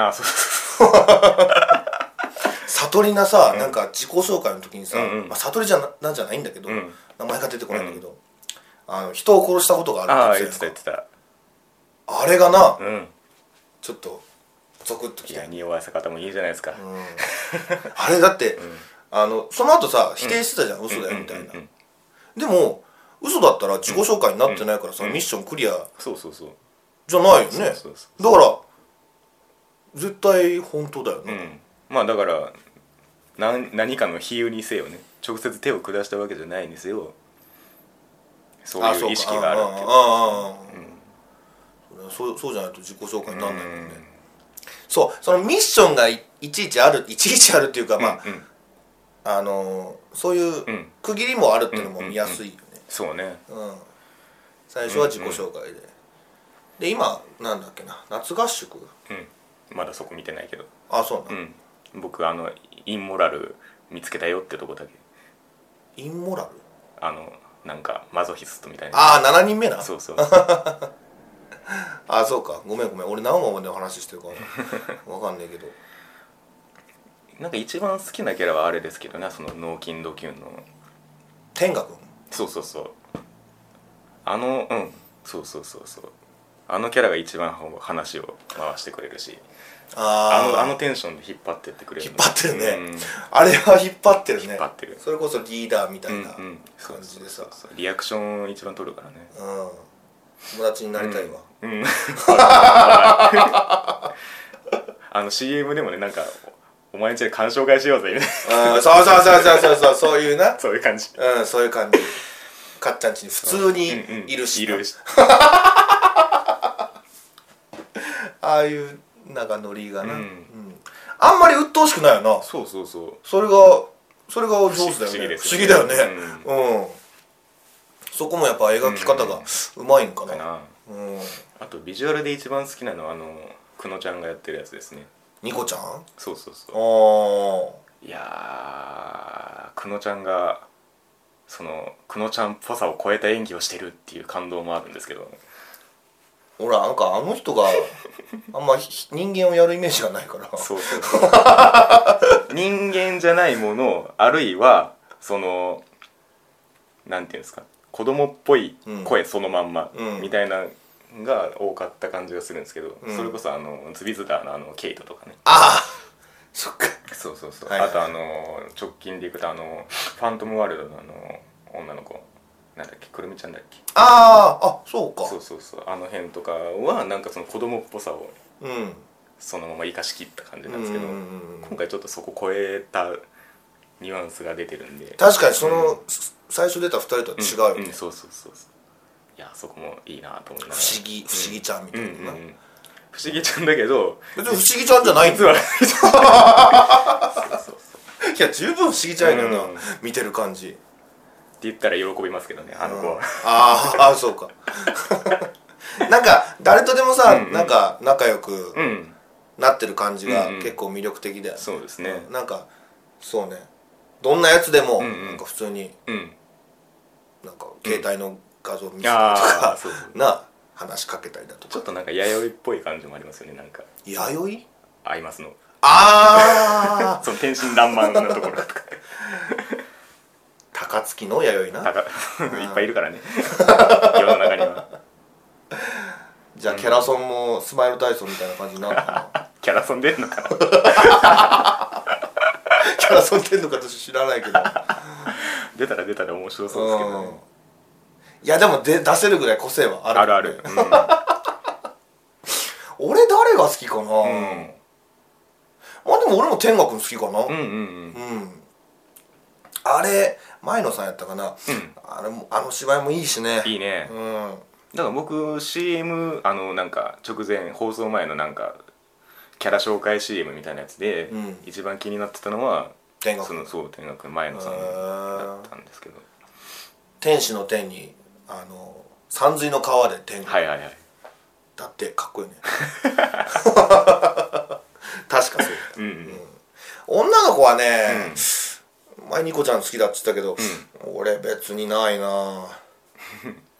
Speaker 1: ああそうそう
Speaker 2: 悟りなさ、なんか自己紹介の時にさ、
Speaker 1: うんうん
Speaker 2: まあ、悟りじゃななんじゃないんだけど、
Speaker 1: うん
Speaker 2: 名前が出てこないんだけど、あの人を殺したことが
Speaker 1: そうあ
Speaker 2: あ
Speaker 1: あ
Speaker 2: る
Speaker 1: 言
Speaker 2: っ
Speaker 1: ってた言
Speaker 2: て言
Speaker 1: っ
Speaker 2: っ
Speaker 1: て
Speaker 2: て
Speaker 1: た
Speaker 2: たやんかあれがな、
Speaker 1: うん
Speaker 2: ちょっとゾクッとき
Speaker 1: い
Speaker 2: た
Speaker 1: や匂わせ方もいいじゃないですか、
Speaker 2: うんあれだって、あのその後さ否定してたじゃん、嘘だよみた
Speaker 1: う
Speaker 2: いな、
Speaker 1: んうんうん
Speaker 2: でも嘘だったら自己紹介になってないからさ、
Speaker 1: うん
Speaker 2: ミッションクリア
Speaker 1: そうそうそう
Speaker 2: じゃないよね
Speaker 1: そうそうそ
Speaker 2: だから絶対本当だよ
Speaker 1: う
Speaker 2: ね、
Speaker 1: んまあだから何何かの比喩にせよね直接手を下したわけじゃないにせよそう
Speaker 2: あ
Speaker 1: いう意識があるっていう
Speaker 2: ああああああそうそうじゃないと自己紹介にならないもんね、そうそのミッションがいいちいちあるいちいちあるっていうかまあ、
Speaker 1: うんうん
Speaker 2: あのーそういううん区切りもあるっていうのも見やすいよね、
Speaker 1: そうね
Speaker 2: うん、最初は自己紹介で、で今なんだっけな夏合宿
Speaker 1: うんまだそこ見てないけど
Speaker 2: あそう
Speaker 1: う
Speaker 2: な、
Speaker 1: んん僕あのインモラル見つけたよってとこだけ
Speaker 2: インモラル
Speaker 1: あのなんかマゾヒストみたいな
Speaker 2: ああ7人目な
Speaker 1: そうそう
Speaker 2: あそうかごめんごめん俺何話までお話ししてるか分かんないけど
Speaker 1: なんか一番好きなキャラはあれですけどねその脳筋ドキュンの
Speaker 2: 天賀君
Speaker 1: そうそうそうあのうんそうそうそうそうあのキャラが一番話を回してくれるしあ
Speaker 2: あ
Speaker 1: の
Speaker 2: あ
Speaker 1: あのテンションで引っ張ってってくれる
Speaker 2: 引っ張ってるね
Speaker 1: うん
Speaker 2: あれは引っ張ってるね
Speaker 1: 引っ張ってる
Speaker 2: それこそリーダーみたいな
Speaker 1: うんうんそう
Speaker 2: 感じでさ
Speaker 1: そうそうリアクションを一番取るからね
Speaker 2: うん友達になりたいわ、
Speaker 1: うんあの CM でもねなんかお前んちで鑑賞会しようぜみたいな
Speaker 2: うん、そうそうそうそうそうそうそういう な
Speaker 1: そういう感じ
Speaker 2: うんそういう感じかっちゃんちに普通に
Speaker 1: うんうん
Speaker 2: いるし、
Speaker 1: いるし
Speaker 2: ああいうなんかノリがな、
Speaker 1: うん
Speaker 2: うんあんまり鬱陶しくないよな
Speaker 1: そうそうそう
Speaker 2: それがそれが上手だ
Speaker 1: 不
Speaker 2: よね不
Speaker 1: 思
Speaker 2: 思
Speaker 1: 議
Speaker 2: 議
Speaker 1: です
Speaker 2: だ
Speaker 1: よ
Speaker 2: よ
Speaker 1: ね
Speaker 2: ねうん、そこもやっぱ描き方がうまいんか
Speaker 1: か
Speaker 2: な
Speaker 1: な
Speaker 2: うん、
Speaker 1: あとビジュアルで一番好きなのはあの久野ちゃんがやってるやつですね
Speaker 2: ニコちゃんあ
Speaker 1: そうそうそ
Speaker 2: あ
Speaker 1: ういやー久野ちゃんがその久野ちゃんっぽさを超えた演技をしてるっていう感動もあるんですけど
Speaker 2: ほらなんかあ の人があんまひ人間をやるイメージがないから
Speaker 1: そうそうそう 人間じゃないものあるいはそのなんていうんですか子供っぽい声そのまんま、
Speaker 2: うん
Speaker 1: みたいなのが多かった感じがするんですけど、
Speaker 2: うん
Speaker 1: それこそあのズビズダーのあのケイトとかね
Speaker 2: ああそっか
Speaker 1: そうそうそう、
Speaker 2: はいはい
Speaker 1: あとあの直近でいくとあのファントムワールドのあの女の子なんだっけくるみちゃんだっけ
Speaker 2: あああそうか
Speaker 1: そうそうそうあの辺とかはなんかその子供っぽさを
Speaker 2: うん
Speaker 1: そのまま生かしきった感じ
Speaker 2: う
Speaker 1: なんん
Speaker 2: う
Speaker 1: です
Speaker 2: ん
Speaker 1: けど、
Speaker 2: うん
Speaker 1: 今回ちょっとそこ超えたニュアンスが出てるんで
Speaker 2: 確かにその、
Speaker 1: う
Speaker 2: す最初出た2人とは違うよね、
Speaker 1: んんそうそうそうそういやそこもいいなと思いながら
Speaker 2: 不思議不思議ちゃんみた
Speaker 1: う
Speaker 2: い
Speaker 1: ん
Speaker 2: な、
Speaker 1: うんうん不思議ちゃんだけど
Speaker 2: 別に不思議ちゃんじゃないんだ
Speaker 1: 実
Speaker 2: よ
Speaker 1: はそうそうそうっ
Speaker 2: いや十分不思議ちゃんやけどな、
Speaker 1: うん
Speaker 2: 見てる感じ
Speaker 1: て言ったら喜びますけどねあの子は、
Speaker 2: あーあーそう かなんか誰とでもさ、
Speaker 1: うんうん
Speaker 2: なんか仲良く
Speaker 1: うん、
Speaker 2: なってる感じが
Speaker 1: うんうん
Speaker 2: 結構魅力的だよね、
Speaker 1: そうですね
Speaker 2: なんかそうねどんなやつでも、
Speaker 1: うんうん
Speaker 2: なんか普通に
Speaker 1: うん
Speaker 2: なんか携帯の画像見せたりと
Speaker 1: ああ
Speaker 2: か、
Speaker 1: そうそう
Speaker 2: な話しかけたりだと
Speaker 1: ちょっ
Speaker 2: か
Speaker 1: となんか弥生っぽい感じもありますよねなんか
Speaker 2: 弥生
Speaker 1: 合いますの
Speaker 2: ああ
Speaker 1: その天真爛漫なところとか
Speaker 2: 高槻の弥生な
Speaker 1: なんかいっぱいいる からね世の中には
Speaker 2: じゃあキャラソンもスマイル体操みたいな感じになるのかな
Speaker 1: キャラソン出んのかな
Speaker 2: キャラソンってんのか私知らな いけど
Speaker 1: 出たら出たら面白そうですけどね、
Speaker 2: うんいやでもで出せるぐらい個性はある
Speaker 1: あるある、う
Speaker 2: 俺誰が好きかな、
Speaker 1: ん
Speaker 2: あでも俺も天賀君好きかな
Speaker 1: うん、うんうんうん
Speaker 2: うん、あれ前野さんやったかな、あれもあの芝居もいいしね
Speaker 1: いいね
Speaker 2: うん
Speaker 1: だから僕 CM あのなんか直前放送前のなんかキャラ紹介 CM みたいなやつで、
Speaker 2: うん
Speaker 1: 一番気になってたのは
Speaker 2: 天賀
Speaker 1: そ
Speaker 2: 君
Speaker 1: のそう天学前野さんだったんですけど
Speaker 2: 天使の天にあの山水の川で天
Speaker 1: は
Speaker 2: 賀
Speaker 1: いはいはい
Speaker 2: だってかっこいい ね確かそうだ
Speaker 1: うん
Speaker 2: 女の子はね、前ニコちゃん好きだっつったけど、俺別にないな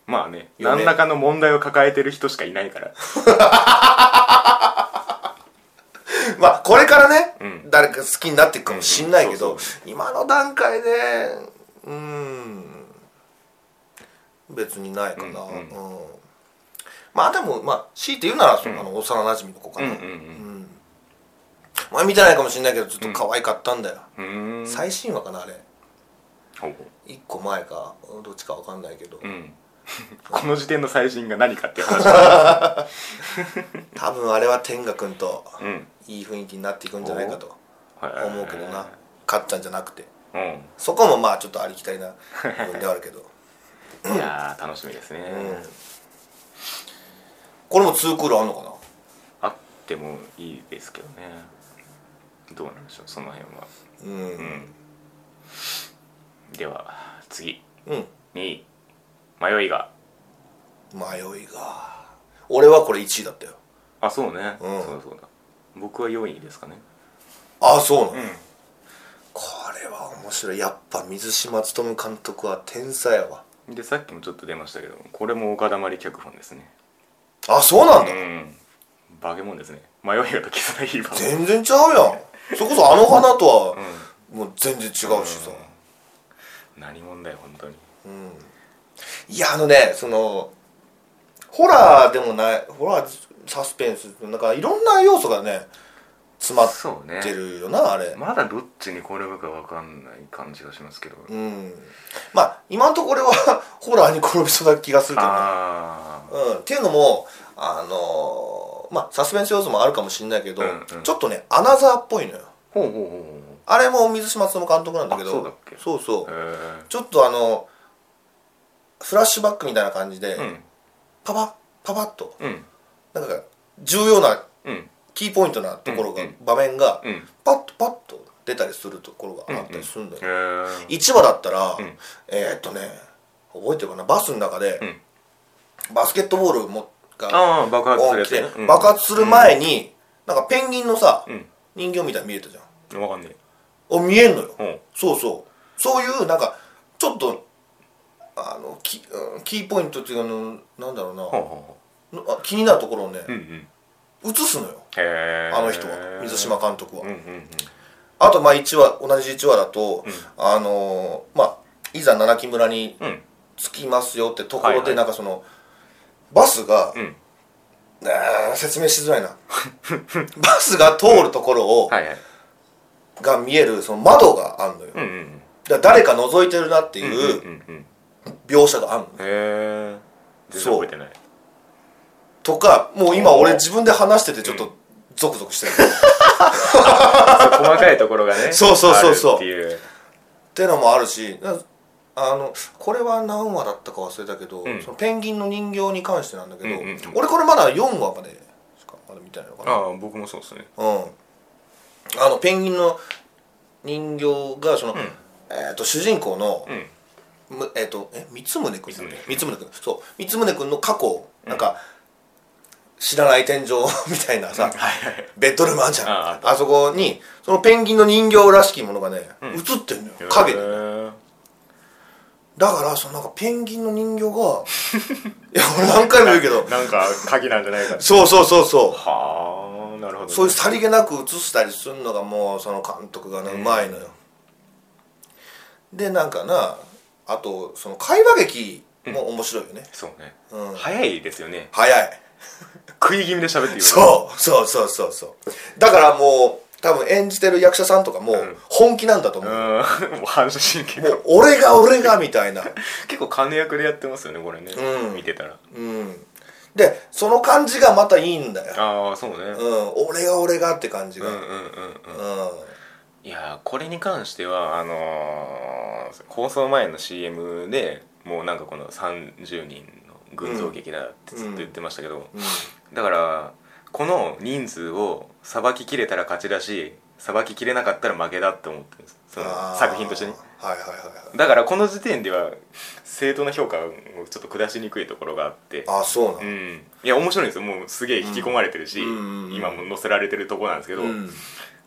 Speaker 1: まあね
Speaker 2: よね
Speaker 1: 何らかの問題を抱えてる人しかいないから
Speaker 2: まあこれからね、
Speaker 1: ん
Speaker 2: 誰か好きになっていくかもしんないけ
Speaker 1: う
Speaker 2: ど、
Speaker 1: んうん
Speaker 2: 今の段階でうん別にないかな、う
Speaker 1: うんん
Speaker 2: まあでもまあ強いて言うならその、あの幼馴染の子か
Speaker 1: うん
Speaker 2: な、
Speaker 1: うん
Speaker 2: まあ見てないかもしんないけどちょっと可愛かったんだよ、
Speaker 1: うんうーん
Speaker 2: 最新話かなあれ
Speaker 1: ほうほ
Speaker 2: 1個前かうんどっちかわかんないけど、
Speaker 1: ううん この時点の最新が何かっていう話
Speaker 2: 多分あれは天賀君と
Speaker 1: うん
Speaker 2: いい雰囲気になっていくんじゃないかと思うけどな勝ったんじゃなくて
Speaker 1: うん
Speaker 2: そこもまあちょっとありきたりな部分ではあるけど
Speaker 1: いやー楽しみですね、
Speaker 2: うんこれも2クールあんのかな
Speaker 1: あってもいいですけどねどうなんでしょうその辺は
Speaker 2: うん
Speaker 1: では次
Speaker 2: うん
Speaker 1: 2位迷いが
Speaker 2: 迷いが俺はこれ1位だったよ
Speaker 1: あそうね、
Speaker 2: うん
Speaker 1: そうだそうだ僕は4位ですかね
Speaker 2: ああそうなの、
Speaker 1: ん
Speaker 2: これは面白いやっぱ水島努監督は天才やわ
Speaker 1: でさっきもちょっと出ましたけどこれも岡田まり脚本ですね
Speaker 2: あそうなん
Speaker 1: う
Speaker 2: だ、
Speaker 1: んバケモンですね迷いがとキスナイーバー
Speaker 2: 全然違うやんそれこそあの花とは
Speaker 1: う
Speaker 2: もう全然違うしさ、
Speaker 1: ん何者だよ本当に
Speaker 2: いやあのねそのホラーでもないホラーサスペンスなんかいろんな要素がね詰まっ
Speaker 1: そうね
Speaker 2: てるよなあれ
Speaker 1: まだどっちに転ぶか分かんない感じがしますけど、
Speaker 2: うんまあ今のところ俺は ホラーに転びそうな気がするけどね
Speaker 1: ああ
Speaker 2: うん、っていうのもあのーまあサスペンス要素もあるかもしれないけど、
Speaker 1: うんうん
Speaker 2: ちょっとねアナザーっぽいのよ
Speaker 1: ほうほうほうほう
Speaker 2: あれも水島努監督なんだけど
Speaker 1: あそうだっけ
Speaker 2: そうそう、
Speaker 1: え
Speaker 2: ちょっとあのフラッシュバックみたいな感じで、
Speaker 1: ー、
Speaker 2: パパッパパッと
Speaker 1: うんうん
Speaker 2: なんか重要な
Speaker 1: うん
Speaker 2: キーポイントなところが、
Speaker 1: うんうん
Speaker 2: 場面が
Speaker 1: うん
Speaker 2: パッとパッと出たりするところがあったりするんだよ、
Speaker 1: えー、
Speaker 2: 一話だったら、
Speaker 1: うん
Speaker 2: えー、っとね覚えてるかなバスの中で
Speaker 1: う、ん
Speaker 2: バスケットボールもが
Speaker 1: ああ爆発するや
Speaker 2: 起き
Speaker 1: つね
Speaker 2: て、
Speaker 1: うん
Speaker 2: 爆発する前に、なんかペンギンのさ、
Speaker 1: うん
Speaker 2: 人形みたいに見えたじゃん
Speaker 1: 分かんね
Speaker 2: お見えんのよ、
Speaker 1: えうん
Speaker 2: そうそうそういうなんかちょっとあのキ,、うんキーポイントっていうかあのなんだろうな、
Speaker 1: ほうほうほ
Speaker 2: のあ気になるところをね
Speaker 1: ううんうん
Speaker 2: 映すのよ
Speaker 1: へえ
Speaker 2: あの人は水島監督は、
Speaker 1: うんうんうん
Speaker 2: あとまあ1話同じ1話だと、あのーまあいざ七木村に
Speaker 1: うん
Speaker 2: 着きますよってところ
Speaker 1: はいは
Speaker 2: で
Speaker 1: い
Speaker 2: なんかそのバスが、
Speaker 1: うん
Speaker 2: あー説明しづら いなバスが通るところを、
Speaker 1: はいはい
Speaker 2: が見えるその窓があんのよ、
Speaker 1: うんうん
Speaker 2: だから誰か覗いてるなって
Speaker 1: うん
Speaker 2: い
Speaker 1: うん
Speaker 2: う
Speaker 1: うんうん
Speaker 2: 描写があんのね、
Speaker 1: へえ全
Speaker 2: そ
Speaker 1: 然
Speaker 2: う
Speaker 1: 覚えてない
Speaker 2: とかもう今
Speaker 1: おー
Speaker 2: 俺自分で話しててちょっとゾクゾクしてる
Speaker 1: そう細かいところがね
Speaker 2: そうそうそうそう
Speaker 1: あるっていう
Speaker 2: ってのもあるしなあのこれは何話だったか忘れたけど、
Speaker 1: うん
Speaker 2: そのペンギンの人形に関してなんだけど、
Speaker 1: うんうんうん
Speaker 2: 俺これまだ4話までしかまだ見てないのかな
Speaker 1: ああ僕もそうですね
Speaker 2: うん、あのペンギンの人形がその、
Speaker 1: ん
Speaker 2: えー、と主人公の、
Speaker 1: うん
Speaker 2: むえっ、とえ三宗君だっけ
Speaker 1: 三
Speaker 2: 三宗君そう三宗君の過去なんか、知らない天井 みたいなさ、
Speaker 1: はいはい
Speaker 2: ベッドルームあんじゃん
Speaker 1: あ
Speaker 2: あ
Speaker 1: ああ
Speaker 2: そこにそのペンギンの人形らしきものがね、映ってんのよ影
Speaker 1: へ
Speaker 2: で
Speaker 1: え
Speaker 2: だからそのなんかペンギンの人 形がいや俺何回も言うけど
Speaker 1: なんか鍵なんじゃないか
Speaker 2: そうそうそうそう
Speaker 1: はあなるほどね
Speaker 2: そういうさりげなく映したりするのがもうその監督がねうまいのよ、でなんかなあとその会話劇も面白いよね、
Speaker 1: そうね
Speaker 2: うん
Speaker 1: 早いですよね
Speaker 2: 早い
Speaker 1: 食い気味で喋ってるよね
Speaker 2: そうそうそうそうそうだからもう多分演じてる役者さんとかも
Speaker 1: ん
Speaker 2: 本気なんだと思
Speaker 1: う
Speaker 2: う、
Speaker 1: ん もう反射神経
Speaker 2: も
Speaker 1: が
Speaker 2: う俺が俺がみたいな
Speaker 1: 結構金役でやってますよねこれね
Speaker 2: うん
Speaker 1: 見てたら
Speaker 2: うんでその感じがまたいいんだよ、
Speaker 1: ああそうね
Speaker 2: うん、俺が俺がって感じ
Speaker 1: うん
Speaker 2: が、
Speaker 1: う
Speaker 2: うんん
Speaker 1: うんうんいやーこれに関してはあのー放送前の CM でもうなんかこの30人の群像劇だってずっと言ってましたけど、だからこの人数をさばききれたら勝ちだしさばききれなかったら負けだって思ってるんです その
Speaker 2: あー
Speaker 1: 作品としてね
Speaker 2: はいはいはいはい
Speaker 1: だからこの時点では正当な評価をちょっと下しにくいところがあって
Speaker 2: あそうなの、
Speaker 1: うん、いや面白いんですよもうすげえ引き込まれてるし、
Speaker 2: うんうんうん
Speaker 1: 今も載せられてるとこなんですけど、
Speaker 2: うん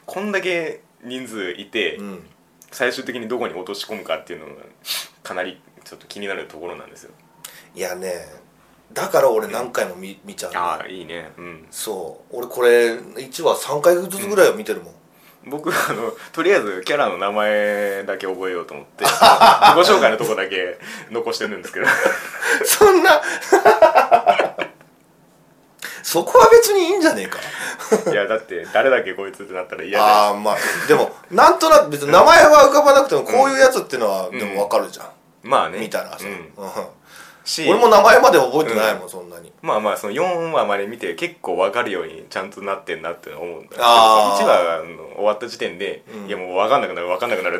Speaker 1: こんだけ人数いて、
Speaker 2: うん
Speaker 1: 最終的にどこに落とし込むかっていうのがかなりちょっと気になるところなんですよ
Speaker 2: いやねだから俺何回も見,、見ちゃうの
Speaker 1: ああいいねうん
Speaker 2: そう俺これ1話3回ずつぐらいは見てるも ん、
Speaker 1: 僕はあのとりあえずキャラの名前だけ覚えようと思って ご紹介のとこだけ残してるんですけ ど
Speaker 2: そんな そこは別にいいんじゃねえか
Speaker 1: いやだって誰だっけこいつってなったら嫌だ
Speaker 2: ああまあでもなんとなく別に名前は浮かばなくてもこういうやつっていうのは
Speaker 1: ん
Speaker 2: でもわかるじゃん、
Speaker 1: まあね
Speaker 2: 見たらさ、
Speaker 1: うん
Speaker 2: うん
Speaker 1: し
Speaker 2: 俺も名前まで覚えてないもん、そんなに
Speaker 1: まあまあその4話まで見て結構分かるようにちゃんとなってんなって思うんだけど1
Speaker 2: あー
Speaker 1: 話の終わった時点で、いやもう分かんなくなる分かんなくなるっ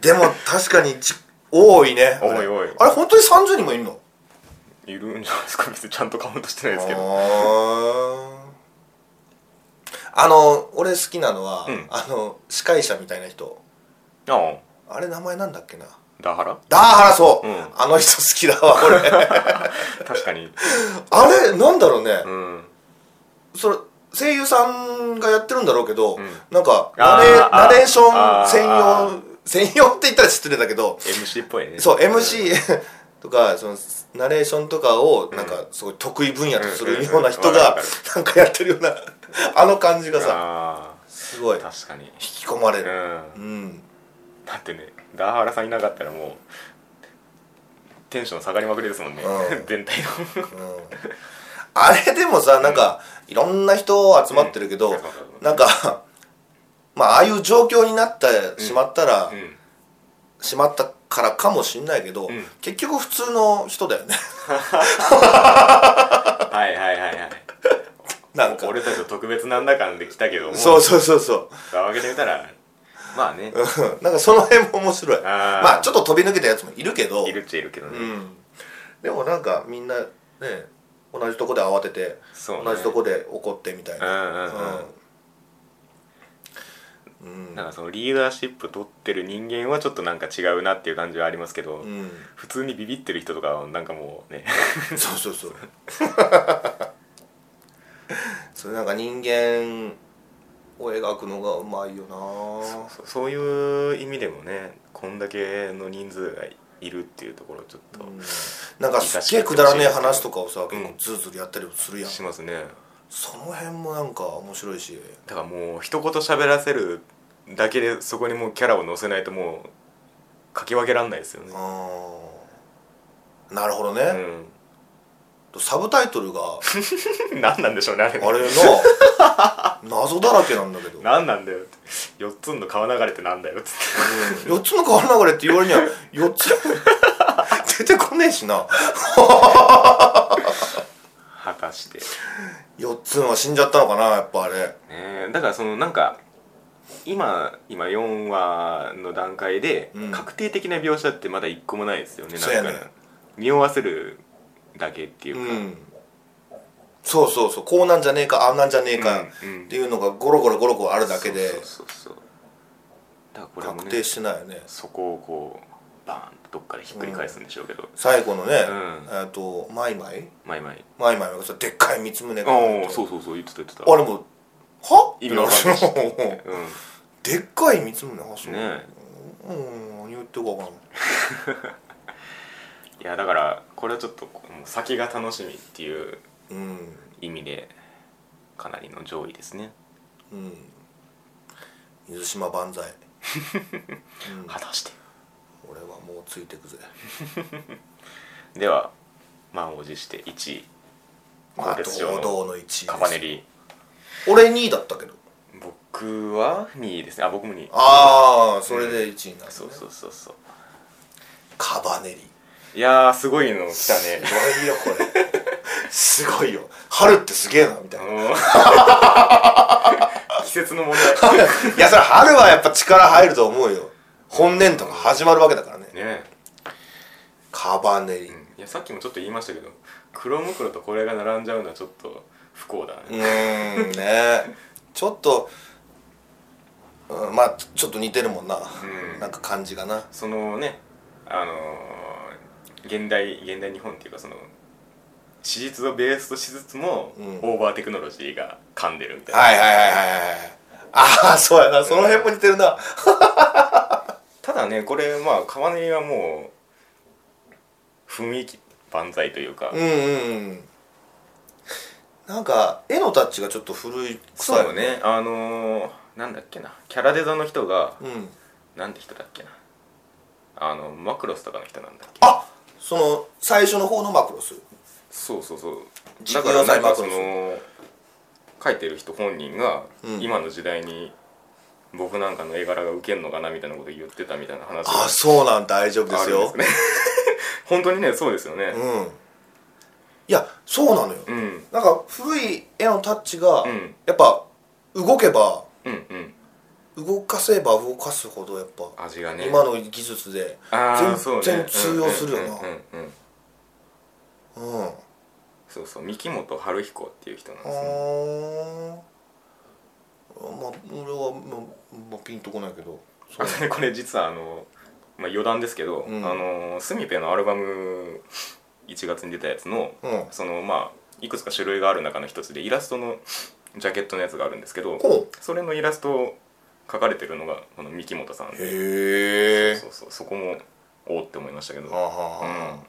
Speaker 1: て
Speaker 2: でも確かにじ多いね
Speaker 1: 多い
Speaker 2: あれ
Speaker 1: 多い
Speaker 2: あれ本当に30人もいるの
Speaker 1: いるんじゃないですか別にちゃんとカウントしてないですけど
Speaker 2: あーあの俺好きなのは、
Speaker 1: うん
Speaker 2: あの司会者みたいな人
Speaker 1: ああ
Speaker 2: あれ名前なんだっけな
Speaker 1: ダハラ
Speaker 2: ダーハラそう、
Speaker 1: うん
Speaker 2: あの人好きだわ俺
Speaker 1: 確かに
Speaker 2: あれなんだろうね、
Speaker 1: うん
Speaker 2: それ声優さんがやってるんだろうけど、
Speaker 1: ん
Speaker 2: なんかナ
Speaker 1: あー
Speaker 2: レ
Speaker 1: あー
Speaker 2: ナレーショ
Speaker 1: あ
Speaker 2: ン
Speaker 1: ー
Speaker 2: 専
Speaker 1: あ
Speaker 2: 用専用って言ったら失礼だけど
Speaker 1: MC っぽいね
Speaker 2: そう MC とかそのナレーションとかをなんかすごい得意分野とす
Speaker 1: うん
Speaker 2: る
Speaker 1: うん
Speaker 2: ような人
Speaker 1: わか
Speaker 2: が
Speaker 1: るわかる
Speaker 2: なんかやってるようなあの感じがさ
Speaker 1: ああ
Speaker 2: すごい引
Speaker 1: 確かに
Speaker 2: き込まれ
Speaker 1: う
Speaker 2: る
Speaker 1: ん
Speaker 2: うん
Speaker 1: だってねダハラさんいなかったらもうテンション下がりまくりですもんね、
Speaker 2: う ん
Speaker 1: 全体の
Speaker 2: あれでもさなんかいろんな人集まってるけど
Speaker 1: うん
Speaker 2: なんかまあああいう状況になってしまったら
Speaker 1: うん
Speaker 2: しまったからかもしんないけど
Speaker 1: ん
Speaker 2: 結局普通の人だよ ね
Speaker 1: はいはいはいはい
Speaker 2: なんか
Speaker 1: 俺たちの特別なんだ感で来たけども
Speaker 2: そうそうそうそう
Speaker 1: 騒げてみたらまあね
Speaker 2: うんなんかその辺も面白い
Speaker 1: あー
Speaker 2: まあちょっと飛び抜けたやつもいるけど
Speaker 1: いるっちゃいるけどね、
Speaker 2: うんでもなんかみんなね同じとこで慌てて
Speaker 1: そうね
Speaker 2: 同じとこで怒ってみたい
Speaker 1: うん
Speaker 2: な
Speaker 1: うん
Speaker 2: うん
Speaker 1: うんなんかそのリーダーシップ取ってる人間はちょっとなんか違うなっていう感じはありますけど、
Speaker 2: うん
Speaker 1: 普通にビビってる人とかはなんかもうね
Speaker 2: そうそうそう それなんか人間を描くのがうまいよな
Speaker 1: そうそうそういう意味でもねこんだけの人数がいるっていうところちょっと
Speaker 2: なんかすっげえくだらねえ話とかをさ
Speaker 1: ん
Speaker 2: 結構ズーズーやったりもするやん、
Speaker 1: しますね、
Speaker 2: その辺もなんか面白いし
Speaker 1: だからもう一言喋らせるだけでそこにもうキャラを乗せないともうかき分けらんないですよね、
Speaker 2: あーなるほどね、
Speaker 1: う
Speaker 2: サブタイト ルが
Speaker 1: ん、 何なんでしょうねあれね
Speaker 2: あれの 謎だらけなんだけど、うん、
Speaker 1: 何なんだよって4つの川流れってなんだよっつっ
Speaker 2: 4つの川流れって言われには4つ 出てこねえしな
Speaker 1: て果たして、ね
Speaker 2: 4つのは死んじゃったのかなやっぱあれ
Speaker 1: え、だからそのなんか今今4話の段階で、
Speaker 2: うん
Speaker 1: 確定的な描写ってまだ1個もないですよね
Speaker 2: そうやね
Speaker 1: なんか匂わせるだけっていう
Speaker 2: う
Speaker 1: か、
Speaker 2: んそうそうそうこうなんじゃねえかああなんじゃねえか
Speaker 1: うんうん
Speaker 2: っていうのがゴロゴロゴロゴロあるだけで
Speaker 1: そうそうそうそうだからこれも、ね、
Speaker 2: 確定してないよね
Speaker 1: そこをこうバーンとどっかでひっくり返すんでしょうけど、
Speaker 2: 最後のね
Speaker 1: うん
Speaker 2: えっとマイマイ
Speaker 1: 前々
Speaker 2: マイマイがさでっかい三つ胸が
Speaker 1: ああ
Speaker 2: あ
Speaker 1: そうそうそう言ってた言ってた
Speaker 2: れもは
Speaker 1: 意味わかんないし
Speaker 2: ってなる
Speaker 1: う
Speaker 2: でっかい三つ胸あそ
Speaker 1: ん
Speaker 2: う
Speaker 1: ねえ
Speaker 2: うん何言ってるか分からん
Speaker 1: いやだからこれはちょっとこうもう先が楽しみっていう
Speaker 2: うん
Speaker 1: 意味でかなりの上位ですね、
Speaker 2: うん水島万歳
Speaker 1: 果たして
Speaker 2: 俺はもうついてくぜ
Speaker 1: では満を持して1位
Speaker 2: まあ
Speaker 1: 鋼鉄城の
Speaker 2: 堂々の一位
Speaker 1: カバネ
Speaker 2: です
Speaker 1: リ
Speaker 2: 俺2位だったけど
Speaker 1: 僕は2位ですねあ僕も2位
Speaker 2: ああそれで1位になる
Speaker 1: そう
Speaker 2: ね
Speaker 1: そうそうそう
Speaker 2: カバネリ
Speaker 1: いやーすごいの来た
Speaker 2: す
Speaker 1: ね
Speaker 2: ごいよこれすごいよ春ってすげえなみたいない
Speaker 1: うん 季節の問題ね
Speaker 2: やそれ春はやっぱ力入ると思うよ本年度が始まるわけだからね
Speaker 1: え
Speaker 2: カバネリ
Speaker 1: いやさっきもちょっと言いましたけど黒袋とこれが並んじゃうのはちょっと不幸だね、
Speaker 2: うーんねちょっと、うん、まあちょちょっと似てるもんな、
Speaker 1: うん
Speaker 2: なんか感じがな
Speaker 1: そのねあのー現代現代日本っていうかその史実をベースとしつつも、
Speaker 2: うん
Speaker 1: オーバーテクノロジーが噛んでるみたいな、
Speaker 2: はいはいはいはいはいああそうやなその辺も似てるな
Speaker 1: ただねこれまあ川根はもう雰囲気万歳というか、
Speaker 2: うんうんうんなんか絵のタッチがちょっと古い
Speaker 1: そう
Speaker 2: 臭い
Speaker 1: よねあのー、なんだっけなキャラデザの人が
Speaker 2: うん
Speaker 1: なんて人だっけなあのマクロスとかの人なんだっけ
Speaker 2: あその最初の方のマクロス
Speaker 1: そうそうそう
Speaker 2: 軸
Speaker 1: だ
Speaker 2: が
Speaker 1: からなんか
Speaker 2: サ
Speaker 1: そ
Speaker 2: イバークロス
Speaker 1: の書いてる人本人が
Speaker 2: うん
Speaker 1: 今の時代に僕なんかの絵柄がウケんのかなみたいなこと言ってたみたいな話
Speaker 2: あそうなん大丈夫で
Speaker 1: あ
Speaker 2: す
Speaker 1: るんで
Speaker 2: よ
Speaker 1: すね 本当にねそうですよね
Speaker 2: うんいやそうなのよ、
Speaker 1: うんうん
Speaker 2: なんか古い絵のタッチが、
Speaker 1: うん
Speaker 2: やっぱ動けば
Speaker 1: うん
Speaker 2: 動かせば動かすほどやっぱ、
Speaker 1: 味がね
Speaker 2: 今の技術で
Speaker 1: あー
Speaker 2: 全
Speaker 1: そうね
Speaker 2: 然通用するよな
Speaker 1: うんうんうんうんうん
Speaker 2: うん
Speaker 1: そうそう三木本春彦っていう人なんで
Speaker 2: あ
Speaker 1: すね
Speaker 2: ーまあ俺は、まあまあ、ピンとこないけ どそう
Speaker 1: あのねこれ実はあの、まあ、余談ですけど、
Speaker 2: うん
Speaker 1: あのスミペのアルバム1月に出たやつの
Speaker 2: うん
Speaker 1: そのまあいくつか種類がある中の一つでイラストの ジャケットのやつがあるんですけど
Speaker 2: ほ
Speaker 1: それのイラストを描かれてるのがこの三木本さんで
Speaker 2: へえ
Speaker 1: そうそうそこもおおって思いましたけど、
Speaker 2: はあ
Speaker 1: う
Speaker 2: はあはあ
Speaker 1: ん、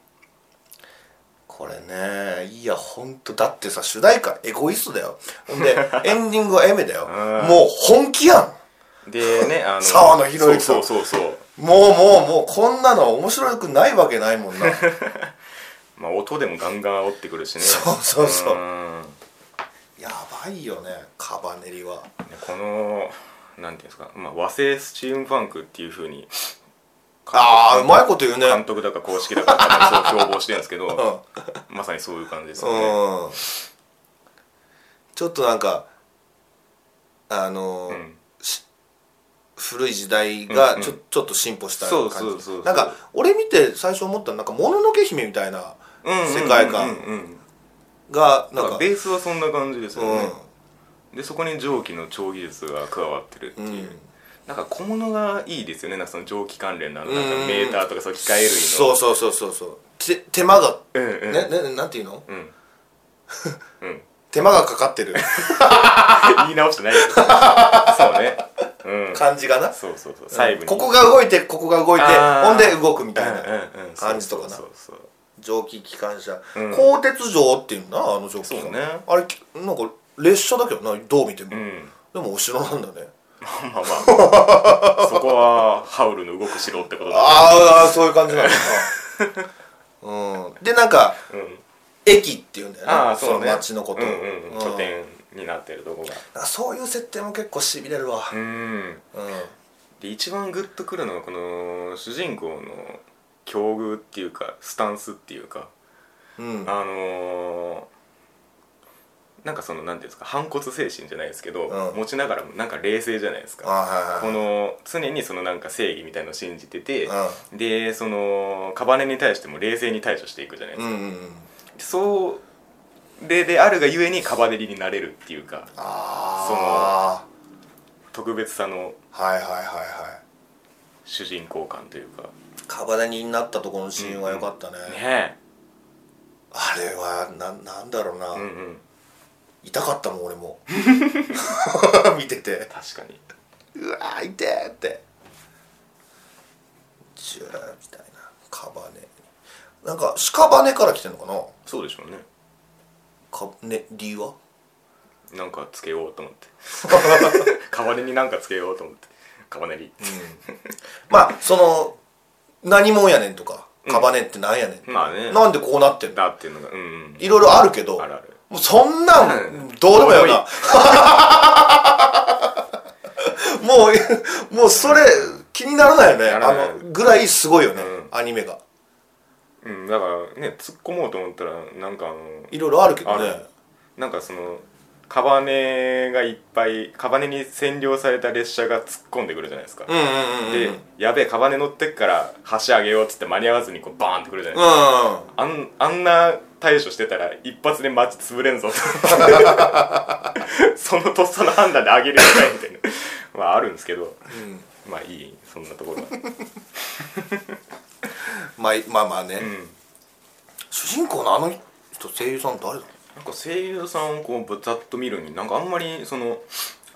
Speaker 2: これねいやほんとだってさ主題歌エゴイストだよほん でエンディングはエメだよ
Speaker 1: うん
Speaker 2: もう本気や
Speaker 1: でねあの
Speaker 2: 沢野弘之さん
Speaker 1: そうそうそうそうん
Speaker 2: もうもうもうこんなの面白くないわけないもん な
Speaker 1: まあ音でもガンガン煽ってくるしね
Speaker 2: そうそうそうんやばいよねカバネリは
Speaker 1: でこのなんていうんですか、まあ、和製スチームパンクっていうふうに
Speaker 2: ああうまいこと言うね
Speaker 1: 監督だか公式だか多分そう標榜してるんですけ
Speaker 2: う
Speaker 1: ど
Speaker 2: ん
Speaker 1: まさにそういう感じですよね、
Speaker 2: うんちょっとなんかあの
Speaker 1: う
Speaker 2: ー
Speaker 1: ん
Speaker 2: 古い時代
Speaker 1: う
Speaker 2: が
Speaker 1: んうん
Speaker 2: ちょ,、ちょっと進歩した
Speaker 1: そ
Speaker 2: 感
Speaker 1: う
Speaker 2: じ
Speaker 1: そうそうそう
Speaker 2: なんか俺見て最初思ったのなんか「もののけ姫」みたいな
Speaker 1: うんうんうんうん
Speaker 2: 世界観
Speaker 1: うんうん
Speaker 2: がな
Speaker 1: なんん
Speaker 2: か
Speaker 1: かベースはそんな感じですよね、
Speaker 2: う
Speaker 1: でそこに蒸気の超技術が加わってるっていう、
Speaker 2: ん、うん、
Speaker 1: なんか小物がいいですよねなんかその蒸気関連ななんか
Speaker 2: うん
Speaker 1: メーターとかそう機械類の
Speaker 2: そうそうそうそうそうて手間が、
Speaker 1: うんうん、
Speaker 2: ねねなんていうの
Speaker 1: うん うん
Speaker 2: 手間がかかってる
Speaker 1: 言い直してないけど そうねうん
Speaker 2: 感じがな
Speaker 1: そうそうそう細部に
Speaker 2: ここが動いてここが動いて
Speaker 1: あー
Speaker 2: ほんで動くみたい
Speaker 1: うん
Speaker 2: な
Speaker 1: うんうん
Speaker 2: 感じとかな
Speaker 1: そうそうそう
Speaker 2: 蒸気機関車、
Speaker 1: うん
Speaker 2: 鋼鉄城っていうんだなあの蒸気機
Speaker 1: そ
Speaker 2: 関
Speaker 1: うね
Speaker 2: あれきなんか列車だけどなどう見ても、
Speaker 1: う
Speaker 2: で
Speaker 1: ん
Speaker 2: もお城なんだね
Speaker 1: まあまあま あそこはハウルの動く城ってことだ
Speaker 2: ああそういう感 じなのかなうんでなんか
Speaker 1: うん
Speaker 2: 駅っていうんだよね
Speaker 1: ああそう
Speaker 2: そ
Speaker 1: ね
Speaker 2: の町のことを、
Speaker 1: うんうん
Speaker 2: うん
Speaker 1: 拠点になってるとこが
Speaker 2: なんかそういう設定も結構しびれるわ
Speaker 1: うん
Speaker 2: うん、
Speaker 1: で一番グッとくるのはこの主人公の境遇っていうかスタンスっていうか
Speaker 2: うん、
Speaker 1: あのー、なんかそのなんていうんですか反骨精神じゃないですけど、
Speaker 2: うん
Speaker 1: 持ちながらもなんか冷静じゃないですか
Speaker 2: あ
Speaker 1: こ
Speaker 2: はいはい
Speaker 1: の常にそのなんか正義みたいのを信じてて、
Speaker 2: はい
Speaker 1: でそのカバネに対しても冷静に対処していくじゃないで
Speaker 2: う
Speaker 1: すか、
Speaker 2: んうんうん
Speaker 1: それであるがゆえにカバネリになれるっていうか
Speaker 2: ああ
Speaker 1: 特別さの
Speaker 2: はいはいはいはい
Speaker 1: 主人公感というか
Speaker 2: カバネリになったところのシーンは良かったね、
Speaker 1: ね
Speaker 2: あれはななんだろうな、
Speaker 1: えうんうん
Speaker 2: 痛かったもん俺も見てて
Speaker 1: 確かに
Speaker 2: うわー痛えってジューみたいなカバネなんか屍から来てんのかな
Speaker 1: そうでしょうね
Speaker 2: かね理由は
Speaker 1: なんかつけようと思って 代わりになんかつけようと思ってカバネリ
Speaker 2: まあその何もんやねんとか
Speaker 1: ん
Speaker 2: カバネってなんやねん、
Speaker 1: まあね
Speaker 2: なんでこうなってんだ
Speaker 1: だっていうのがうんうん
Speaker 2: いろいろあるけど
Speaker 1: あるある
Speaker 2: もうそんなん、
Speaker 1: うん
Speaker 2: どうでもよ
Speaker 1: どうでもいい
Speaker 2: な もうもうそれ気にならないよね
Speaker 1: ならない
Speaker 2: あのぐらいすごいよね、
Speaker 1: うん
Speaker 2: アニメが
Speaker 1: うんだからね突っ込もうと思ったらなんかあの
Speaker 2: いろいろあるけど
Speaker 1: あ
Speaker 2: ね
Speaker 1: るなんかそのカバネがいっぱいカバネに占領された列車が突っ込んでくるじゃないですか、
Speaker 2: うんうんうんうん
Speaker 1: でやべえカバネ乗ってっから橋上げようっつって間に合わずにこうバーンってくるじゃないですか、
Speaker 2: う
Speaker 1: あ
Speaker 2: ん
Speaker 1: んあんな対処してたら一発で街潰れんぞそのとっさの判断で上げるしかないみたいなまああるんですけど、まあいいそんなところは
Speaker 2: まあまあまあね、
Speaker 1: うん
Speaker 2: 主人公のあの人声優さん誰だ
Speaker 1: なんか声優さんをこうぶざっと見るになんかあんまりその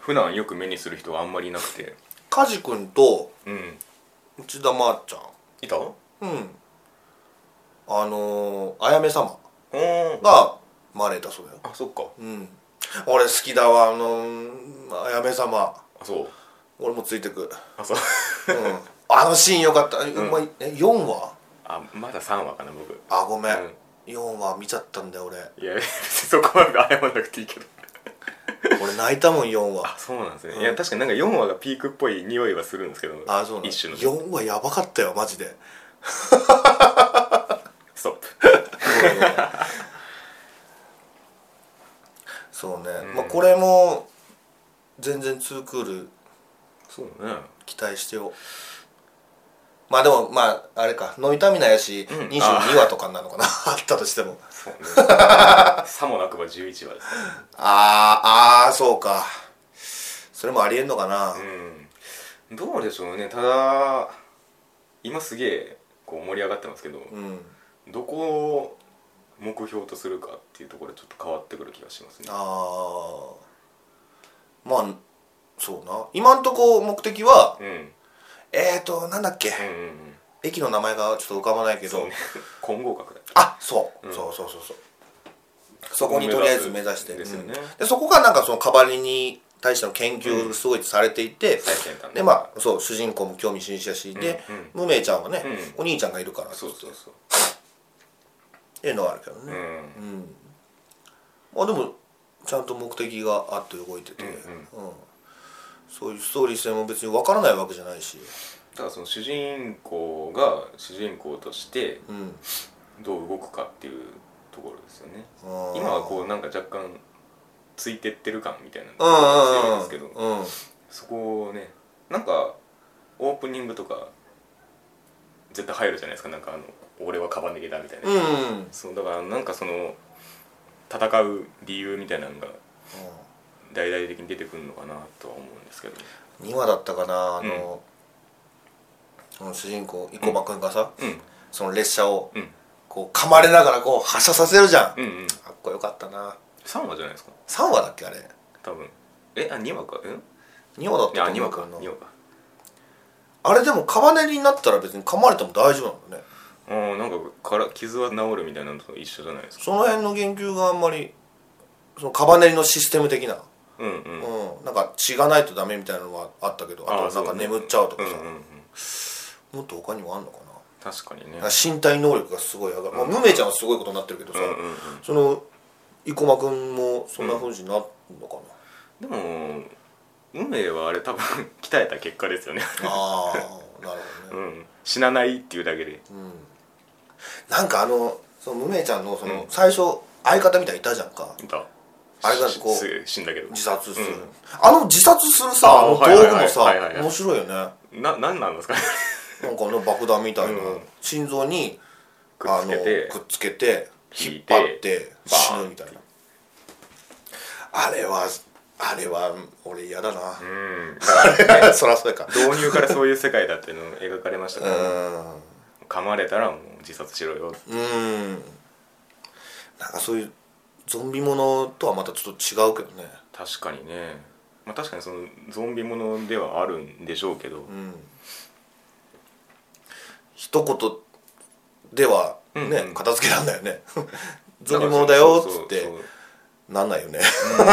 Speaker 1: 普段よく目にする人はあんまりいなくて
Speaker 2: 梶君と
Speaker 1: うん
Speaker 2: 内田まーち
Speaker 1: いたお
Speaker 2: ゃんうんあのー、あやめ様
Speaker 1: ー
Speaker 2: が招いたそうだよ
Speaker 1: あそっか
Speaker 2: うん俺好きだわあのー、あやめ様
Speaker 1: あそう
Speaker 2: 俺もついて く、
Speaker 1: あそう
Speaker 2: うん、あのシーンよかった、うんまいえ4話
Speaker 1: あまだ3話かな僕
Speaker 2: あごめん、
Speaker 1: うん
Speaker 2: 4話見ちゃったんだよ俺
Speaker 1: いや別にそこまで謝らなくていいけど
Speaker 2: 俺泣いたもん4話
Speaker 1: あそうなんですね、
Speaker 2: うん
Speaker 1: いや確かになんか4話がピークっぽい匂いはするんですけど
Speaker 2: あそうなの
Speaker 1: 一種の
Speaker 2: 4話やばかったよマ ジで
Speaker 1: ストップ
Speaker 2: そうね、
Speaker 1: うん
Speaker 2: まあこれも全然ツークール
Speaker 1: そうね
Speaker 2: 期待してよまあでもまああれかノイタミナやし、
Speaker 1: うん
Speaker 2: 22話とかなのかな あったとしても
Speaker 1: そうねさもなくば11話ですね
Speaker 2: あーあーそうかそれもありえんのかな、
Speaker 1: うんどうでしょうねただ今すげえこう盛り上がってますけど、
Speaker 2: うん
Speaker 1: どこを目標とするかっていうところでちょっと変わってくる気がしますね
Speaker 2: ああまあそうな今んとこ目的は
Speaker 1: うんうん
Speaker 2: えーとなんだっけ、
Speaker 1: うんうん
Speaker 2: 駅の名前がちょっと浮かばないけど
Speaker 1: そうね 混合格だった
Speaker 2: あそう、
Speaker 1: うん
Speaker 2: そうそうそうそうそこにとりあえず目指して
Speaker 1: ですよね
Speaker 2: うんでそこがなんかそのカバリに対しての研究がすごいされていて、
Speaker 1: 最先端の
Speaker 2: でまあそう主人公も興味津々やしで、無名ちゃんはね、お兄ちゃんがいるから
Speaker 1: そうそうそう
Speaker 2: っていうのはあるけど
Speaker 1: う
Speaker 2: ね、
Speaker 1: ん
Speaker 2: うんまあでもちゃんと目的があって動いてて、
Speaker 1: うん
Speaker 2: うんそういうストーリー性も別にわからないわけじゃないし、
Speaker 1: ただその主人公が主人公として
Speaker 2: うん、
Speaker 1: どう動くかっていうところですよね
Speaker 2: あー
Speaker 1: 今はこうなんか若干ついてってる感みたいなの
Speaker 2: うん
Speaker 1: が強いんですけ
Speaker 2: うん
Speaker 1: ど
Speaker 2: うんうん
Speaker 1: そこをねなんかオープニングとか絶対入るじゃないですかなんかあの「俺はカバンでげた」みたいな、
Speaker 2: うんうんうん
Speaker 1: そうだからなんかその戦う理由みたいなのが大々的に出てくるのかなとは思うんですけど
Speaker 2: 2話だったかなあの、その主人公生駒君がさ、
Speaker 1: うん
Speaker 2: その列車を
Speaker 1: うん
Speaker 2: こう噛まれながらこう発車させるじゃん、
Speaker 1: うんうん
Speaker 2: かっこよかったな
Speaker 1: 3話じゃないですか
Speaker 2: 3話だっけあれ
Speaker 1: 多分えあ2話かうん
Speaker 2: 2話だっ
Speaker 1: いや
Speaker 2: たと
Speaker 1: 2話
Speaker 2: 思うけ
Speaker 1: か
Speaker 2: どな
Speaker 1: 2話か
Speaker 2: あれでもカバネリになったら別に噛まれても大丈夫なんだね
Speaker 1: あーなんかから傷は治るみたいなのと一緒じゃないですか
Speaker 2: その辺の言及があんまりそのカバネリのシステム的な、
Speaker 1: うんうん
Speaker 2: うん、なんか血がないとダメみたいなのはあったけどあと
Speaker 1: そ
Speaker 2: な
Speaker 1: うん
Speaker 2: か
Speaker 1: ね
Speaker 2: 眠っちゃうとかさ、
Speaker 1: うんうんうん
Speaker 2: もっと他にもあんのかな
Speaker 1: 確かにね
Speaker 2: なんか身体能力がすごい上がる、まあ、無名ちゃんはすごいことになってるけど
Speaker 1: う
Speaker 2: さ、
Speaker 1: んうんうん
Speaker 2: その生駒君もそんなふうになるのか
Speaker 1: で
Speaker 2: な、
Speaker 1: も運命はあれ多分 鍛えた結果ですよね
Speaker 2: ああなるほど
Speaker 1: う
Speaker 2: ね
Speaker 1: ん死なないっていうだけで
Speaker 2: うん、なんかあのその無名ちゃんのその、
Speaker 1: うん
Speaker 2: 最初相方みたいにいたじゃんか
Speaker 1: いた
Speaker 2: あれがこう
Speaker 1: し死んだけど
Speaker 2: 自殺する、
Speaker 1: うん
Speaker 2: あの自殺するさ
Speaker 1: あ
Speaker 2: あの
Speaker 1: はいはい
Speaker 2: 道具
Speaker 1: はい
Speaker 2: もさ、
Speaker 1: はいはいはい
Speaker 2: 面白いよねなんか
Speaker 1: な何なんですかね
Speaker 2: あの爆弾みたいな、
Speaker 1: うん
Speaker 2: 心臓に
Speaker 1: くっつけて
Speaker 2: あのくっつけて
Speaker 1: 引
Speaker 2: 引
Speaker 1: い
Speaker 2: って張って
Speaker 1: バ
Speaker 2: 死
Speaker 1: ーン
Speaker 2: ぬみたいなあれはあれは俺嫌だな、
Speaker 1: うんだから
Speaker 2: そりゃそうやか
Speaker 1: 導入からそういう世界だっていうのを描かれましたから、
Speaker 2: うん
Speaker 1: 噛まれたらもう自殺しろよ
Speaker 2: うんなんかそういうゾンビものとはまたちょっと違うけどね
Speaker 1: 確かにねまあ確かにそのゾンビものではあるんでしょうけど、
Speaker 2: うん一言ではね、
Speaker 1: うんうん
Speaker 2: 片付けらんない よねゾンビものだよっつっ
Speaker 1: そ
Speaker 2: て
Speaker 1: うそう
Speaker 2: なんないよね
Speaker 1: そう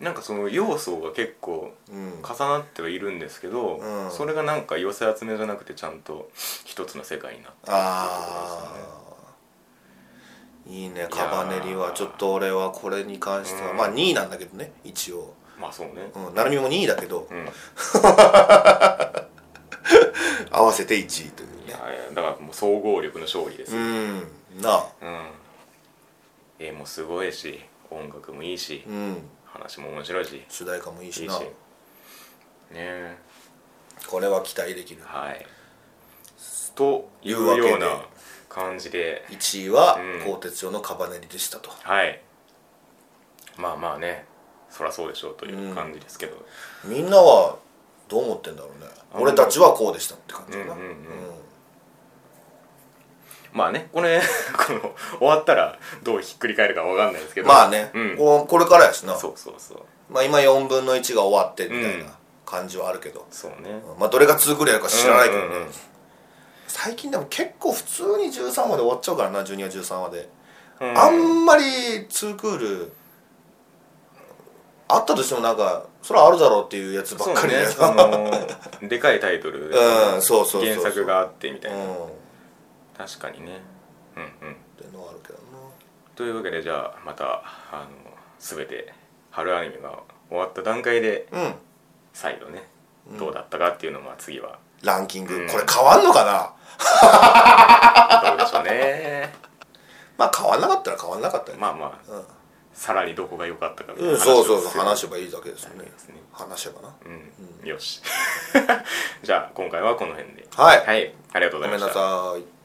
Speaker 1: なんかその要素が結構
Speaker 2: うん
Speaker 1: 重なってはいるんですけど、
Speaker 2: うん
Speaker 1: それがなんか寄せ集めじゃなくてちゃんと一つの世界になって
Speaker 2: ああいいねカバネリはちょっと俺はこれに関しては、
Speaker 1: うん
Speaker 2: まあ2位なんだけどね一応、
Speaker 1: まあそうね
Speaker 2: うん、成美も2位だけど
Speaker 1: うん、い
Speaker 2: 合わせて1位というね
Speaker 1: やだからもう総合力の勝利です
Speaker 2: う
Speaker 1: よ
Speaker 2: んなあ
Speaker 1: うん、絵もすごいし音楽もいいし、
Speaker 2: うん
Speaker 1: 話も面白いしいい
Speaker 2: 主題歌もいいし
Speaker 1: し
Speaker 2: な
Speaker 1: ねえ
Speaker 2: これは期待できる
Speaker 1: はいという
Speaker 2: いうわけで
Speaker 1: ような感じで
Speaker 2: 1位は
Speaker 1: うん
Speaker 2: 鋼鉄用のカバネリでしたと、
Speaker 1: はいまあまあねそらそうでしょうという感じですけど、
Speaker 2: みんなはどう思ってんだろうね
Speaker 1: あんま
Speaker 2: 俺たちはこうでしたって感
Speaker 1: う
Speaker 2: じ
Speaker 1: ん
Speaker 2: か
Speaker 1: うんう
Speaker 2: な、
Speaker 1: ん
Speaker 2: うん
Speaker 1: まあねこれ この終わったらどうひっくり返るかわかんないですけど
Speaker 2: まあね、
Speaker 1: うん、
Speaker 2: こうこれからやしな
Speaker 1: そうそうそう
Speaker 2: まあ、今4分の1が終わってみたい
Speaker 1: うん
Speaker 2: な感じはあるけど、
Speaker 1: そうね
Speaker 2: まあどれが2ぐらいやるか知らないけどね、
Speaker 1: うんうんうん
Speaker 2: 最近でも結構普通に13話で終わっちゃうからなジュニア13話で、
Speaker 1: うん
Speaker 2: あんまり2クールあったとしてもなんかそれはあるだろうっていうやつばっかりだよ
Speaker 1: そう ねあのでかいタイトルで
Speaker 2: うんそうそうそうそう
Speaker 1: 原作があってみた
Speaker 2: う
Speaker 1: い
Speaker 2: ん
Speaker 1: な、
Speaker 2: っ
Speaker 1: 確かにねうんうん
Speaker 2: てのはあるけどな
Speaker 1: というわけでじゃあまたあの全て春アニメが終わった段階で
Speaker 2: うん
Speaker 1: 再度ねどうだったかっていうのも次は
Speaker 2: ランキング、
Speaker 1: うん
Speaker 2: これ変わんのかな
Speaker 1: どうでしょう ね
Speaker 2: まあ変わんなかったら変わんなかったよね、
Speaker 1: まあまあ、
Speaker 2: うん
Speaker 1: さらにどこが良かったかみたい
Speaker 2: う
Speaker 1: な
Speaker 2: ん、そうそうそう話
Speaker 1: を
Speaker 2: せばいいだけですよね
Speaker 1: する
Speaker 2: 話せばな
Speaker 1: うん、よし じゃあ今回はこの辺で
Speaker 2: はい
Speaker 1: はい、ありがとう
Speaker 2: ご
Speaker 1: ございま
Speaker 2: めん
Speaker 1: し
Speaker 2: な
Speaker 1: た
Speaker 2: さい